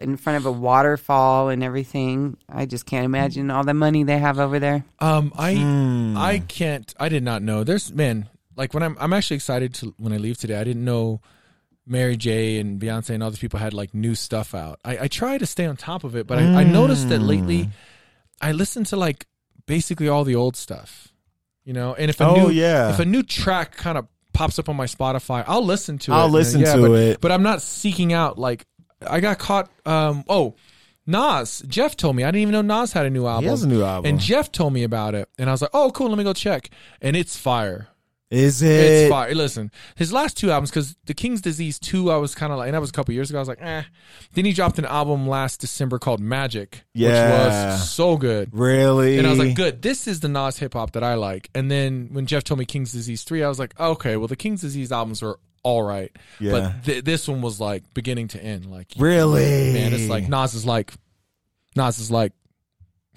Speaker 3: in front of a waterfall and everything. I just can't imagine all the money they have over there.
Speaker 1: Um, I
Speaker 3: Hmm.
Speaker 2: Hmm.
Speaker 1: I can't. I did not know. There's man. Like when I'm I'm actually excited to when I leave today. I didn't know Mary J and Beyonce and all these people had like new stuff out. I, I try to stay on top of it, but I, I
Speaker 2: Hmm.
Speaker 1: noticed that lately I listen to like basically all the old stuff. You know, and if a
Speaker 2: Oh,
Speaker 1: new
Speaker 2: yeah.
Speaker 1: if a new track kind of pops up on my Spotify, I'll listen to it.
Speaker 2: I'll
Speaker 1: and,
Speaker 2: listen
Speaker 1: yeah,
Speaker 2: to
Speaker 1: but,
Speaker 2: it.
Speaker 1: But I'm not seeking out like I got caught um oh Nas, Jeff told me I didn't even know Nas had a new album.
Speaker 2: has a new album.
Speaker 1: and Jeff told me about it, and I was like, "Oh, cool, let me go check." And it's fire.
Speaker 2: Is it?
Speaker 1: It's fire. Listen, his last two albums, because The King's Disease 2, I was kind of like, and that was a couple years ago, I was like, eh. Then he dropped an album last December called Magic, which
Speaker 2: Yeah.
Speaker 1: was so good.
Speaker 2: Really?
Speaker 1: And I was like, good, this is the Nas hip hop that I like. And then when Jeff told me King's Disease 3, I was like, okay, well, the King's Disease albums were all right.
Speaker 2: Yeah.
Speaker 1: But th- this one was like beginning to end. Like,
Speaker 2: (laughs) Really?
Speaker 1: man, it's like Nas is like, Nas is like, (laughs)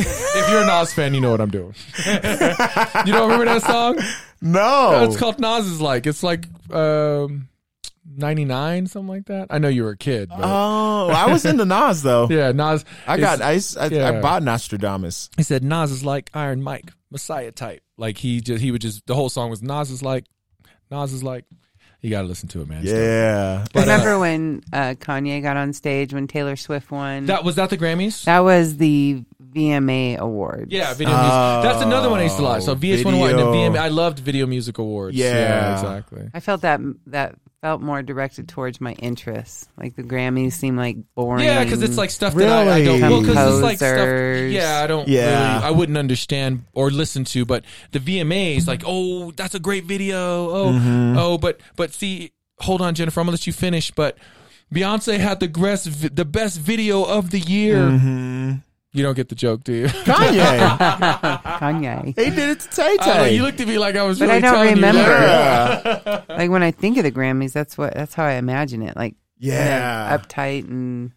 Speaker 1: if you're a Nas fan, you know what I'm doing. (laughs) you don't remember that song?
Speaker 2: no.
Speaker 1: No, it's called Nas is like. It's like um, 99, something like that. I know you were a kid, but
Speaker 2: Oh, I was into Nas though.
Speaker 1: (laughs) yeah, Nas.
Speaker 2: I got
Speaker 1: it's-
Speaker 2: I, s- I,
Speaker 1: yeah.
Speaker 2: I bought Nostradamus.
Speaker 1: He said Nas is like Iron Mike, Messiah type. Like he just he would just the whole song was Nas is like, Nas is like, You got to listen to it, man. It's dope.
Speaker 2: Yeah.
Speaker 1: But, uh,
Speaker 3: Remember when uh, Kanye got on stage when Taylor Swift won?
Speaker 1: that was that the Grammys.
Speaker 3: That was the VMA Awards.
Speaker 1: yeah, video music. That's another one I used to love. So
Speaker 2: Oh,
Speaker 1: VH1 won the
Speaker 2: video.
Speaker 1: VMA. I loved Video Music Awards.
Speaker 2: Yeah.
Speaker 1: exactly.
Speaker 3: I felt that that felt more directed towards my interests. Like the Grammys seem like boring.
Speaker 1: Yeah, because it's like stuff that I, I don't.
Speaker 2: Really?
Speaker 1: Well, because it's like stuff.
Speaker 3: Composers.
Speaker 1: Yeah, I don't.
Speaker 2: Yeah.
Speaker 1: really, I wouldn't understand or listen to. But the VMAs, like, oh, that's a great video. Oh,
Speaker 2: Mm-hmm.
Speaker 1: oh, but but see, hold on, Jennifer, I'm gonna let you finish. But Beyonce had the best the best video of the year.
Speaker 2: Mm-hmm.
Speaker 1: You don't get the joke, do you? (laughs)
Speaker 2: (laughs) Kanye.
Speaker 3: Kanye.
Speaker 2: they did it to Tay
Speaker 1: I don't know,
Speaker 2: Tay.
Speaker 1: you looked at me like I was.
Speaker 3: But
Speaker 1: really
Speaker 3: I don't
Speaker 1: telling you.
Speaker 3: remember.
Speaker 2: yeah. (laughs)
Speaker 3: (laughs) Like when I think of the Grammys, that's what that's how I imagine it. Like kind of
Speaker 2: Yeah.
Speaker 3: uptight and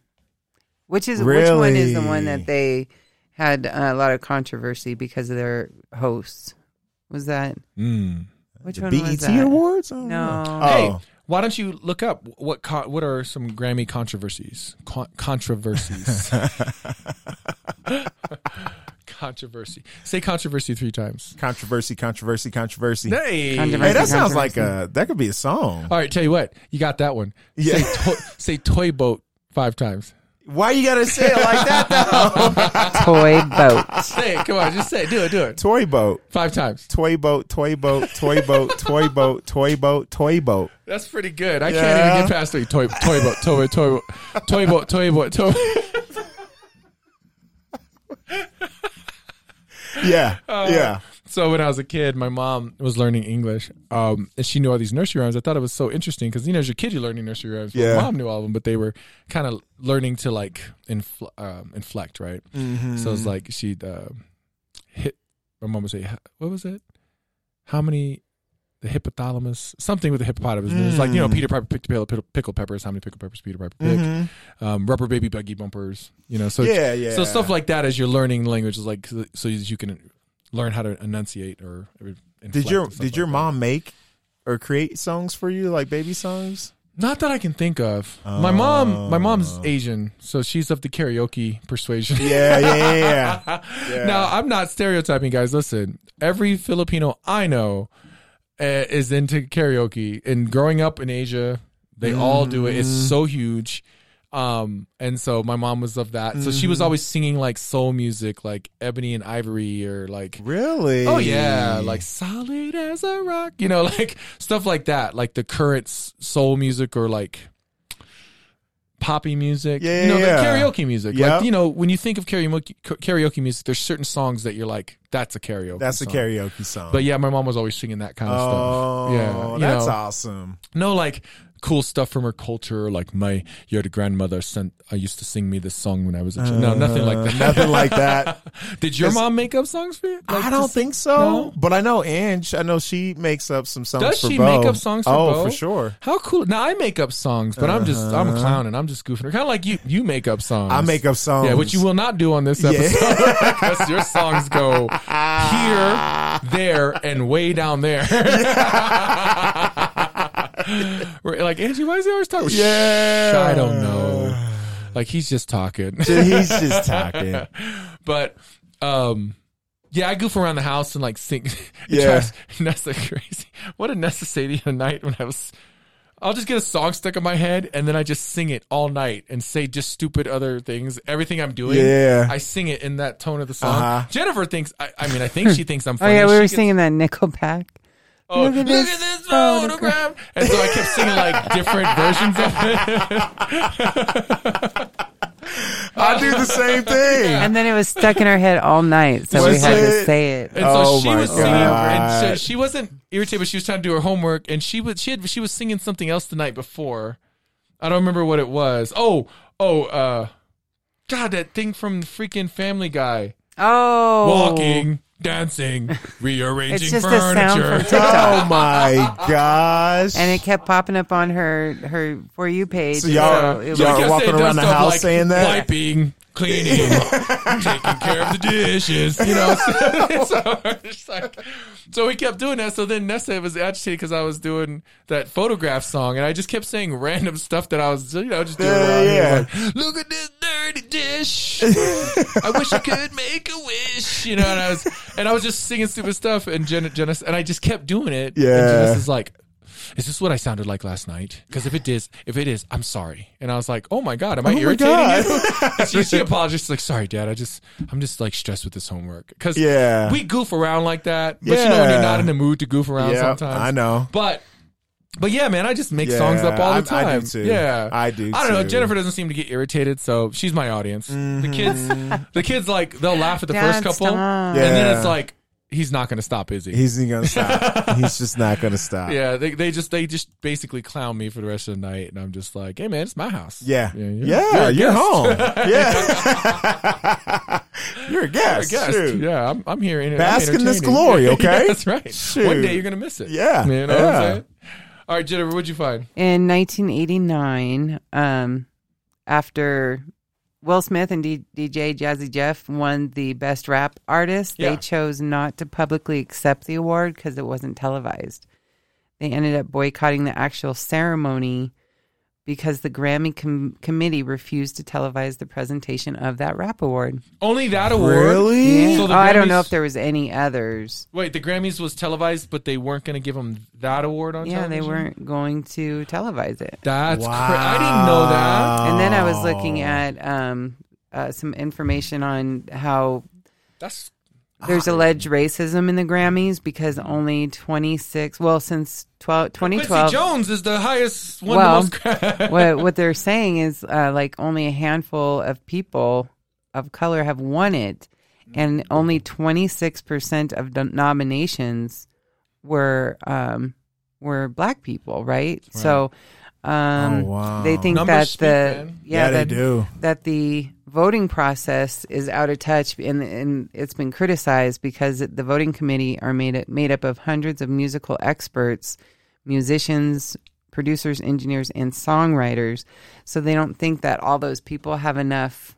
Speaker 3: which is which one is the
Speaker 2: Really?
Speaker 3: one that they had uh, a lot of controversy because of their hosts. Was that
Speaker 1: Mm.
Speaker 3: which
Speaker 2: Hmm. The
Speaker 3: one was
Speaker 2: BET
Speaker 3: that?
Speaker 2: E Awards? I don't
Speaker 3: No.
Speaker 2: know.
Speaker 1: Hey,
Speaker 2: Oh.
Speaker 1: why don't you look up what co- what are some Grammy controversies? Con-
Speaker 2: (laughs)
Speaker 1: controversies. controversy. Say controversy three times.
Speaker 2: Controversy, controversy, controversy.
Speaker 1: Hey.
Speaker 3: Controversy.
Speaker 2: Hey, that sounds like
Speaker 3: Controversy.
Speaker 2: a that could be a song.
Speaker 1: All right, tell you what, you got that one.
Speaker 2: Yeah.
Speaker 1: Say, to- say toy boat five times.
Speaker 2: Why you gotta say it like that (laughs) though?
Speaker 3: (laughs) Toy
Speaker 2: (laughs)
Speaker 3: boat.
Speaker 1: Say it. Come on, just say it. Do it. Do it.
Speaker 2: toy boat,
Speaker 1: Five times.
Speaker 2: toy boat, toy boat, toy boat, toy boat, toy boat, toy boat.
Speaker 1: That's pretty good. I
Speaker 2: Yeah.
Speaker 1: can't even get past three. Toy, toy boat, toy boat, toy boat, toy boat, toy boat, toy
Speaker 2: Yeah, yeah.
Speaker 1: So when I was a kid, my mom was learning English, um, and she knew all these nursery rhymes. I thought it was so interesting because you know, as your kid, you're learning nursery rhymes.
Speaker 2: Yeah.
Speaker 1: My mom knew all of them, but they were kind of learning to like infl- um, inflect, right?
Speaker 2: Mm-hmm.
Speaker 1: So
Speaker 2: Mm.
Speaker 1: it's like she'd uh, hit. My mom would say, "H- "What was it? How many?" The hippothalamus, something with the hippopotamus. It's like you know, Peter Piper picked a pail of pickle- pickled peppers. How many pickled peppers Peter Piper
Speaker 2: Mm-hmm.
Speaker 1: picked? Um, rubber baby buggy bumpers. You know, so
Speaker 2: Yeah, yeah.
Speaker 1: so stuff like that as you're learning language is like so so you can learn how to enunciate or. inflect
Speaker 2: Did your
Speaker 1: and stuff
Speaker 2: did your
Speaker 1: like
Speaker 2: mom make or create songs for you like baby (laughs) songs?
Speaker 1: that. Not that I can think of. My mom, my mom's
Speaker 2: Oh.
Speaker 1: Asian, so she's of the karaoke persuasion.
Speaker 2: Yeah, yeah, yeah. (laughs) yeah. (laughs) Yeah.
Speaker 1: Now I'm not stereotyping, guys. Listen, every Filipino I know uh, is into karaoke, and growing up in Asia, they all do it. It's
Speaker 2: Mm.
Speaker 1: so huge. Um, and so my mom was of that. So she
Speaker 2: Mm-hmm.
Speaker 1: was always singing like soul music, like Ebony and Ivory, or like
Speaker 2: Really?
Speaker 1: Oh yeah, like solid as a rock, you know, (laughs) like stuff like that, like the current s- soul music or like poppy music,
Speaker 2: Yeah,
Speaker 1: you know,
Speaker 2: yeah,
Speaker 1: the
Speaker 2: yeah.
Speaker 1: karaoke music.
Speaker 2: Yep.
Speaker 1: Like you know, when you think of karaoke karaoke music, there's certain songs that you're like, that's a karaoke.
Speaker 2: that's a
Speaker 1: song.
Speaker 2: karaoke song.
Speaker 1: But yeah, my mom was always singing that kind of
Speaker 2: oh,
Speaker 1: stuff. Yeah, you
Speaker 2: that's
Speaker 1: know,
Speaker 2: awesome.
Speaker 1: no like cool stuff from her culture, like my your grandmother sent. I used to sing me this song when I was a child. no, nothing like that.
Speaker 2: Uh,
Speaker 1: (laughs)
Speaker 2: nothing like that.
Speaker 1: Did your
Speaker 2: It's-
Speaker 1: mom make up songs for you? Like,
Speaker 2: I don't
Speaker 1: just-
Speaker 2: think so.
Speaker 1: no?
Speaker 2: But I know Ange. I know she makes up some songs.
Speaker 1: Does
Speaker 2: for
Speaker 1: she
Speaker 2: Bo.
Speaker 1: make up songs for
Speaker 2: Oh,
Speaker 1: Bo?
Speaker 2: for sure. Uh-huh.
Speaker 1: How cool! Now I make up songs, but I'm just I'm a clown and I'm just goofing. Kind of like you, you make up songs.
Speaker 2: I make up songs.
Speaker 1: Yeah, which you will not do on this episode
Speaker 2: (laughs)
Speaker 1: because your songs go here, there, and way down there. (laughs) We're like Angie, why is he always talking? Shh,
Speaker 2: Yeah.
Speaker 1: I don't know. Like he's just
Speaker 2: (laughs)
Speaker 1: talking,
Speaker 2: He's just talking.
Speaker 1: (laughs) but um. Yeah, I goof around the house and like sing. (laughs)
Speaker 2: Yeah.
Speaker 1: Drives Nessa crazy. What did Nessa say the other (laughs) night when I was? I'll just get a song stuck in my head and then I just sing it all night and say just stupid other things. Everything I'm doing,
Speaker 2: Yeah.
Speaker 1: I sing it in that tone of the song.
Speaker 2: Uh-huh.
Speaker 1: Jennifer thinks. I, I mean, I think she thinks I'm
Speaker 3: (laughs) Oh
Speaker 1: funny.
Speaker 3: yeah, we
Speaker 1: She
Speaker 3: were
Speaker 1: gets-
Speaker 3: singing that Nickelback.
Speaker 1: Oh, look
Speaker 3: Look
Speaker 1: at
Speaker 3: at
Speaker 1: this,
Speaker 3: this
Speaker 1: photograph.
Speaker 3: photograph.
Speaker 1: And so I kept singing like different versions of it.
Speaker 2: I do the same thing.
Speaker 3: And then it was stuck in her head all night, so we
Speaker 2: Was
Speaker 3: had to
Speaker 2: it?
Speaker 3: say it.
Speaker 1: And so
Speaker 2: Oh
Speaker 1: she
Speaker 2: my
Speaker 1: was singing, and
Speaker 2: God.
Speaker 1: so she wasn't irritated, but she was trying to do her homework, and she was she had she was singing something else the night before. I don't remember what it was. Oh, oh, uh, God, that thing from freaking Family Guy,
Speaker 3: Oh,
Speaker 1: walking, dancing, (laughs) rearranging
Speaker 3: It's just a sound
Speaker 1: furniture.
Speaker 3: from TikTok.
Speaker 2: (laughs) Oh my gosh!
Speaker 3: and it kept popping up on her her for you page.
Speaker 2: So y'all-
Speaker 3: it was-
Speaker 1: So I
Speaker 2: y'all-
Speaker 1: guess
Speaker 2: walking
Speaker 1: they done
Speaker 2: around the
Speaker 1: stuff
Speaker 2: house saying that?
Speaker 1: wiping,
Speaker 2: (laughs)
Speaker 1: cleaning, taking care of the dishes. You know, (laughs) so, so, I'm just like- so we kept doing that. So then Nessa was agitated because I was doing that photograph song, and I just kept saying random stuff that I was, you know, just doing.
Speaker 2: Yeah,
Speaker 1: around here.
Speaker 2: yeah.
Speaker 1: Like, Look at this dirty dish. I wish I could make a wish. You know, and I was and I was just singing stupid stuff, and Jen, Janice, and I just kept doing it.
Speaker 2: Yeah.
Speaker 1: and Janice is like. is this what I sounded like last night? Because if it is, if it is, I'm sorry. And I was like, oh my god, am I
Speaker 2: Oh my
Speaker 1: irritating
Speaker 2: God. (laughs)
Speaker 1: you? And she, she apologized. She's like, sorry, Dad. I just, I'm just like stressed with this homework because
Speaker 2: Yeah.
Speaker 1: we goof around like that. But you know when you're
Speaker 2: Yeah.
Speaker 1: not in the mood to goof around
Speaker 2: yeah,
Speaker 1: sometimes.
Speaker 2: I know.
Speaker 1: But but yeah, man, I just make songs up
Speaker 2: Yeah,
Speaker 1: all the
Speaker 2: I-
Speaker 1: time.
Speaker 2: I do too.
Speaker 1: Yeah.
Speaker 2: I do
Speaker 1: I don't know.
Speaker 2: too. Mm-hmm.
Speaker 1: Jennifer doesn't seem to get irritated, so she's my audience. The kids the kids like they'll laugh at the first
Speaker 3: Dad,
Speaker 1: couple.
Speaker 3: stop.
Speaker 1: And then
Speaker 2: Yeah.
Speaker 1: it's like he's not gonna stop, is he?
Speaker 2: He's not
Speaker 1: (laughs)
Speaker 2: gonna stop. He's just not gonna stop.
Speaker 1: yeah, they, they just they just basically clown me for the rest of the night, and I'm just like, hey man, it's my house.
Speaker 2: Yeah.
Speaker 1: Yeah,
Speaker 2: Yeah.
Speaker 1: you're-
Speaker 2: You're,
Speaker 1: you're a guest.
Speaker 2: home.
Speaker 1: (laughs)
Speaker 2: Yeah. (laughs) you're
Speaker 1: I
Speaker 2: a guest.
Speaker 1: guess.
Speaker 2: shoot.
Speaker 1: Yeah, I'm, I'm here. and I'm
Speaker 2: Bask in this
Speaker 1: entertaining.
Speaker 2: glory,
Speaker 1: (laughs) Yeah,
Speaker 2: okay?
Speaker 1: that's right. One
Speaker 2: Shoot.
Speaker 1: day you're gonna miss it.
Speaker 2: Yeah,
Speaker 1: you know what I'm
Speaker 2: yeah.
Speaker 1: saying. All right, Jennifer, what'd you find?
Speaker 3: In 1989, um, after Will Smith and D- DJ Jazzy Jeff won the Best Rap Artist,
Speaker 1: Yeah.
Speaker 3: they chose not to publicly accept the award because it wasn't televised. They ended up boycotting the actual ceremony because the Grammy com- committee refused to televise the presentation of that rap award.
Speaker 1: Only that award.
Speaker 2: Really?
Speaker 1: So the
Speaker 3: Oh, I don't
Speaker 1: Grammys-
Speaker 3: know if there was any others.
Speaker 1: Wait, the Grammys was televised, but they weren't going to give them that award on
Speaker 3: Yeah, they
Speaker 1: television?
Speaker 3: weren't going to televise it.
Speaker 1: That's cra- I didn't know that.
Speaker 3: And then I was
Speaker 1: Oh.
Speaker 3: looking at um, uh, some information on how
Speaker 1: That's
Speaker 3: there's
Speaker 1: Ah.
Speaker 3: alleged racism in the Grammys because only 26, well, since 12,
Speaker 1: Quincy
Speaker 3: 2012,
Speaker 1: Jones (laughs) is the highest one.
Speaker 3: Well,
Speaker 1: of the most (laughs)
Speaker 3: what, what they're saying is uh, like only a handful of people of color have won it, and only 26% of the nominations were um, were black people, right? So um,
Speaker 2: Oh, wow.
Speaker 3: they think
Speaker 1: Numbers
Speaker 3: that
Speaker 1: speak,
Speaker 3: the
Speaker 1: man.
Speaker 2: Yeah,
Speaker 3: that,
Speaker 2: they do.
Speaker 3: that the voting process is out of touch and, and it's been criticized because the voting committee are made made up of hundreds of musical experts, musicians, producers, engineers and songwriters. So they don't think that all those people have enough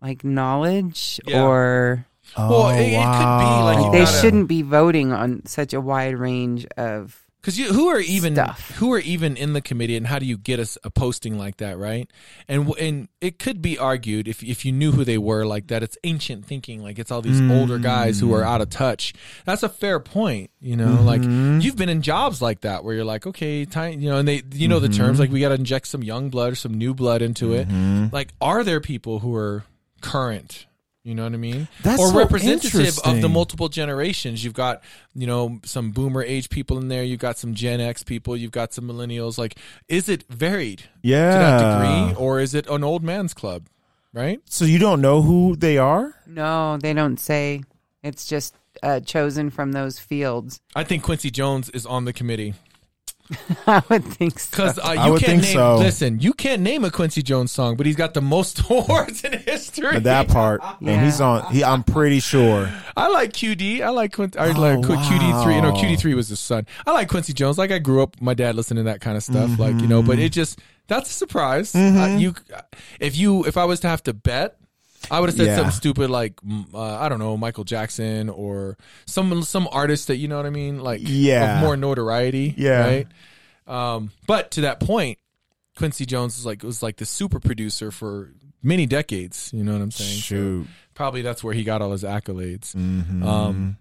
Speaker 3: like knowledge
Speaker 1: Yeah.
Speaker 3: or
Speaker 2: Oh,
Speaker 1: Well, it- it could be, like, you
Speaker 3: they
Speaker 1: gotta-
Speaker 3: shouldn't be voting on such a wide range of
Speaker 1: Because who are even
Speaker 3: Stuff.
Speaker 1: who are even in the committee, and how do you get us a posting like that, right? And w- and it could be argued if if you knew who they were like that, it's ancient thinking, like it's all these older guys who are out of touch. That's a fair point, you know. Like you've been in jobs like that where you're like, okay, time, you know, and they you know the terms like we got to inject some young blood or some new blood into it. Like, are there people who are current? You know what I mean?
Speaker 2: That's
Speaker 1: or
Speaker 2: so
Speaker 1: representative of the
Speaker 2: interesting.
Speaker 1: multiple generations. You've got, you know, some boomer age people in there, you've got some Gen X people, you've got some millennials. Like, is it varied
Speaker 2: yeah.
Speaker 1: to that degree, or is it an old man's club? Right?
Speaker 2: So you don't know who they are?
Speaker 3: no, they don't say it's just uh, chosen from those fields.
Speaker 1: I think Quincy Jones is on the committee
Speaker 3: (laughs) I would think
Speaker 2: (laughs)
Speaker 3: so.
Speaker 1: because uh, you
Speaker 2: would
Speaker 1: can't
Speaker 2: think
Speaker 1: name.
Speaker 2: so.
Speaker 1: Listen, you can't name a Quincy Jones song, but he's got the most (laughs) awards in history.
Speaker 2: That part,
Speaker 3: Yeah.
Speaker 2: and he's on. He, I'm pretty sure.
Speaker 1: I like QD. I like Quincy. I like Qu- QD three. No,
Speaker 2: Oh, wow.
Speaker 1: QD three was his son. I like Quincy Jones. Like I grew up, my dad listened to that kind of stuff. Like you know, but
Speaker 2: Mm-hmm.
Speaker 1: it just that's a surprise. Uh, you, if you, if I was to have to bet, I would have said
Speaker 2: Yeah.
Speaker 1: something stupid like mm, uh, I don't know Michael Jackson or some some artist that you know what I mean, like
Speaker 2: Yeah.
Speaker 1: of more notoriety.
Speaker 2: Yeah.
Speaker 1: right. Um, but to that point, Quincy Jones was like was like the super producer for many decades. You know what I'm saying? So-
Speaker 2: Shoot,
Speaker 1: probably that's where he got all his accolades.
Speaker 2: Mhm.
Speaker 1: Um,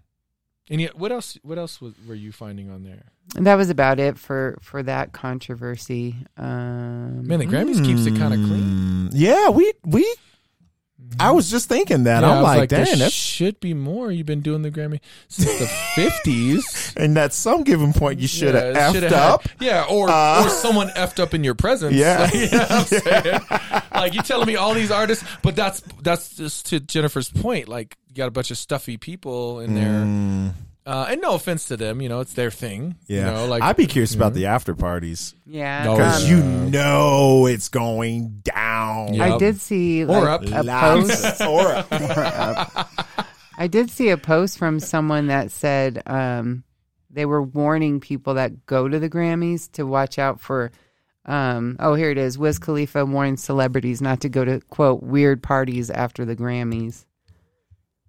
Speaker 1: and yet, what else? What else was, were you finding on there?
Speaker 3: that was about it for for that controversy. Um,
Speaker 1: Man, the Grammys keeps it kind of clean.
Speaker 2: Mm, yeah, we we. I was just thinking that.
Speaker 1: Yeah, I
Speaker 2: I'm
Speaker 1: was
Speaker 2: like,
Speaker 1: there
Speaker 2: dang, that's
Speaker 1: should be more. You've been doing the Grammy since
Speaker 2: (laughs)
Speaker 1: the fifties.
Speaker 2: and at some given point you should have effed up.
Speaker 1: yeah, or
Speaker 2: Uh,
Speaker 1: or someone effed up in your presence.
Speaker 2: (laughs) Yeah.
Speaker 1: like, (laughs) you know what I'm saying? like you're telling me all these artists, but that's that's just to Jennifer's point. Like you got a bunch of stuffy people in there,
Speaker 2: Mm,
Speaker 1: uh, and no offense to them, you know, it's their thing.
Speaker 2: yeah,
Speaker 1: you know, like
Speaker 2: I'd be curious about the after parties
Speaker 3: yeah,
Speaker 1: No,
Speaker 2: because
Speaker 1: yeah.
Speaker 3: um,
Speaker 2: you know it's going down.
Speaker 1: Yeah.
Speaker 3: I did see
Speaker 1: Or
Speaker 3: like,
Speaker 1: up.
Speaker 3: a
Speaker 2: Lots
Speaker 3: post.
Speaker 2: of- or up.
Speaker 3: I did see a post from someone that said um, they were warning people that go to the Grammys to watch out for. Um, oh, here it is. Wiz Khalifa warns celebrities not to go to quote weird parties after the Grammys.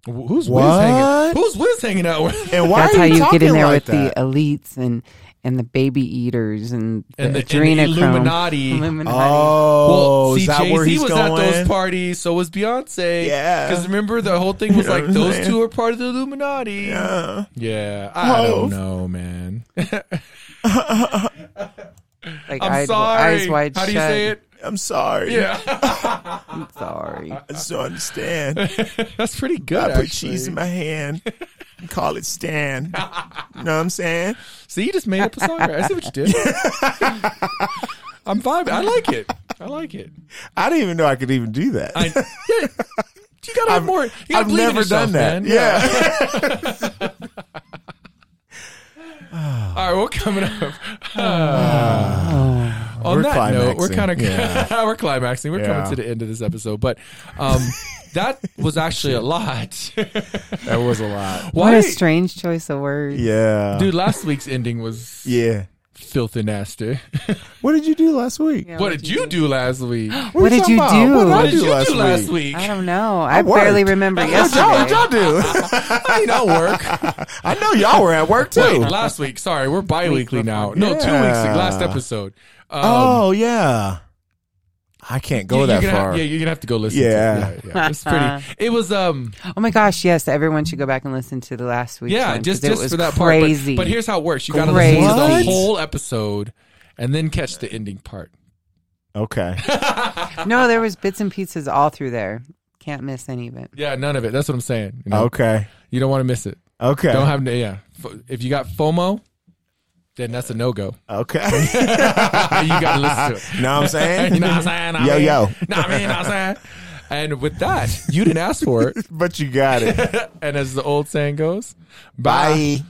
Speaker 1: Wh- Who's Wiz
Speaker 2: What?
Speaker 1: hanging? Who's Wiz hanging out with?
Speaker 2: And why
Speaker 3: That's
Speaker 2: are
Speaker 3: how
Speaker 2: you,
Speaker 3: you
Speaker 2: talking
Speaker 3: get in there
Speaker 2: like
Speaker 3: with
Speaker 2: that?
Speaker 3: the elites and and the baby eaters and the,
Speaker 1: And the, and the
Speaker 3: adrenochrome.
Speaker 1: Illuminati.
Speaker 3: Illuminati.
Speaker 2: Oh, is that
Speaker 1: Jay-Z
Speaker 2: where he's
Speaker 1: was
Speaker 2: going?
Speaker 1: at those parties. So was Beyonce.
Speaker 2: Yeah.
Speaker 1: Because remember, the whole
Speaker 2: (laughs)
Speaker 1: thing was
Speaker 2: You know
Speaker 1: like
Speaker 2: what I'm
Speaker 1: those
Speaker 2: saying?
Speaker 1: two are part of the
Speaker 2: Uh,
Speaker 1: Illuminati.
Speaker 2: Yeah.
Speaker 1: Yeah, I
Speaker 2: Oh.
Speaker 3: (laughs)
Speaker 1: don't know, man.
Speaker 3: Like
Speaker 1: I'm
Speaker 3: eyed-
Speaker 1: sorry.
Speaker 3: eyes wide
Speaker 1: How
Speaker 3: shut.
Speaker 1: do you say it? Uh,
Speaker 2: I'm sorry.
Speaker 1: Yeah. (laughs)
Speaker 3: I'm sorry.
Speaker 2: I just don't understand.
Speaker 1: That's pretty good.
Speaker 2: I
Speaker 1: actually.
Speaker 2: put cheese in my hand and call
Speaker 1: (laughs)
Speaker 2: it Stan. You know what I'm saying?
Speaker 1: See, you just made up a song. right? I see what you
Speaker 2: (laughs)
Speaker 1: did. I'm vibing. I like it. I like it.
Speaker 2: I didn't even know I could even do that. (laughs)
Speaker 1: I, yeah. You gotta have more. You gotta
Speaker 2: I've
Speaker 1: believe in
Speaker 2: never
Speaker 1: yourself,
Speaker 2: done that.
Speaker 1: man.
Speaker 2: Yeah. (laughs)
Speaker 1: All right, we're coming up. (sighs) On
Speaker 2: We're
Speaker 1: that note, we're
Speaker 2: climaxing.
Speaker 1: kind of (laughs)
Speaker 2: Yeah.
Speaker 1: we're climaxing. We're
Speaker 2: Yeah.
Speaker 1: coming to the end of this episode, but
Speaker 2: (laughs)
Speaker 1: um, that was actually a lot.
Speaker 2: that was a lot.
Speaker 3: What
Speaker 1: Why-
Speaker 3: a strange choice of words.
Speaker 2: Yeah.
Speaker 1: dude? Last week's ending was
Speaker 2: Yeah.
Speaker 1: filthy nasty.
Speaker 2: What did you do last week?
Speaker 3: Yeah,
Speaker 1: what did you do last week?
Speaker 2: What,
Speaker 3: What
Speaker 2: are
Speaker 3: did
Speaker 2: talking
Speaker 3: you
Speaker 2: about?
Speaker 3: do?
Speaker 2: What
Speaker 1: What
Speaker 2: did I do last week?
Speaker 3: I don't know. I,
Speaker 2: worked.
Speaker 3: barely remember
Speaker 2: What y'all, what
Speaker 3: yesterday.
Speaker 2: y'all do?
Speaker 1: I mean, I'll
Speaker 2: (laughs)
Speaker 1: work.
Speaker 2: I know y'all were at work too.
Speaker 1: Wait, um, last week. Sorry, we're bi-weekly now. No, two weeks.
Speaker 2: Yeah.
Speaker 1: Last episode. Um,
Speaker 2: oh yeah. I can't go
Speaker 1: you-
Speaker 2: that
Speaker 1: you're gonna
Speaker 2: far.
Speaker 1: have- yeah, you're gonna have to go listen.
Speaker 2: Yeah.
Speaker 1: to it. yeah, yeah. It's pretty. It was um.
Speaker 3: Oh my gosh, yes, everyone should go back and listen to the last week's
Speaker 1: Yeah,
Speaker 3: one,
Speaker 1: just
Speaker 3: 'cause it
Speaker 1: just
Speaker 3: was
Speaker 1: for that part. but-
Speaker 3: crazy.
Speaker 1: But, here's how it works: you got to listen to the
Speaker 2: Crazy.
Speaker 1: whole episode and then catch the ending part. (laughs)
Speaker 2: Okay.
Speaker 3: No, there was bits and pieces all through there. Can't miss any of it.
Speaker 1: Yeah, none of it. That's what I'm saying. You, know?
Speaker 2: Okay.
Speaker 1: you don't want to miss it.
Speaker 2: Okay.
Speaker 1: Don't have yeah. F- If you got FOMO, then that's a no go.
Speaker 2: okay. (laughs)
Speaker 1: you got to listen to it.
Speaker 2: know what I'm
Speaker 1: (laughs)
Speaker 2: saying?
Speaker 1: You know what I'm saying? I
Speaker 2: Yo,
Speaker 1: mean,
Speaker 2: yo.
Speaker 1: Nah, I mean, you know what I'm saying. And with that, you didn't ask for it.
Speaker 2: But you got it.
Speaker 1: and as the old saying goes, bye.
Speaker 2: Bye.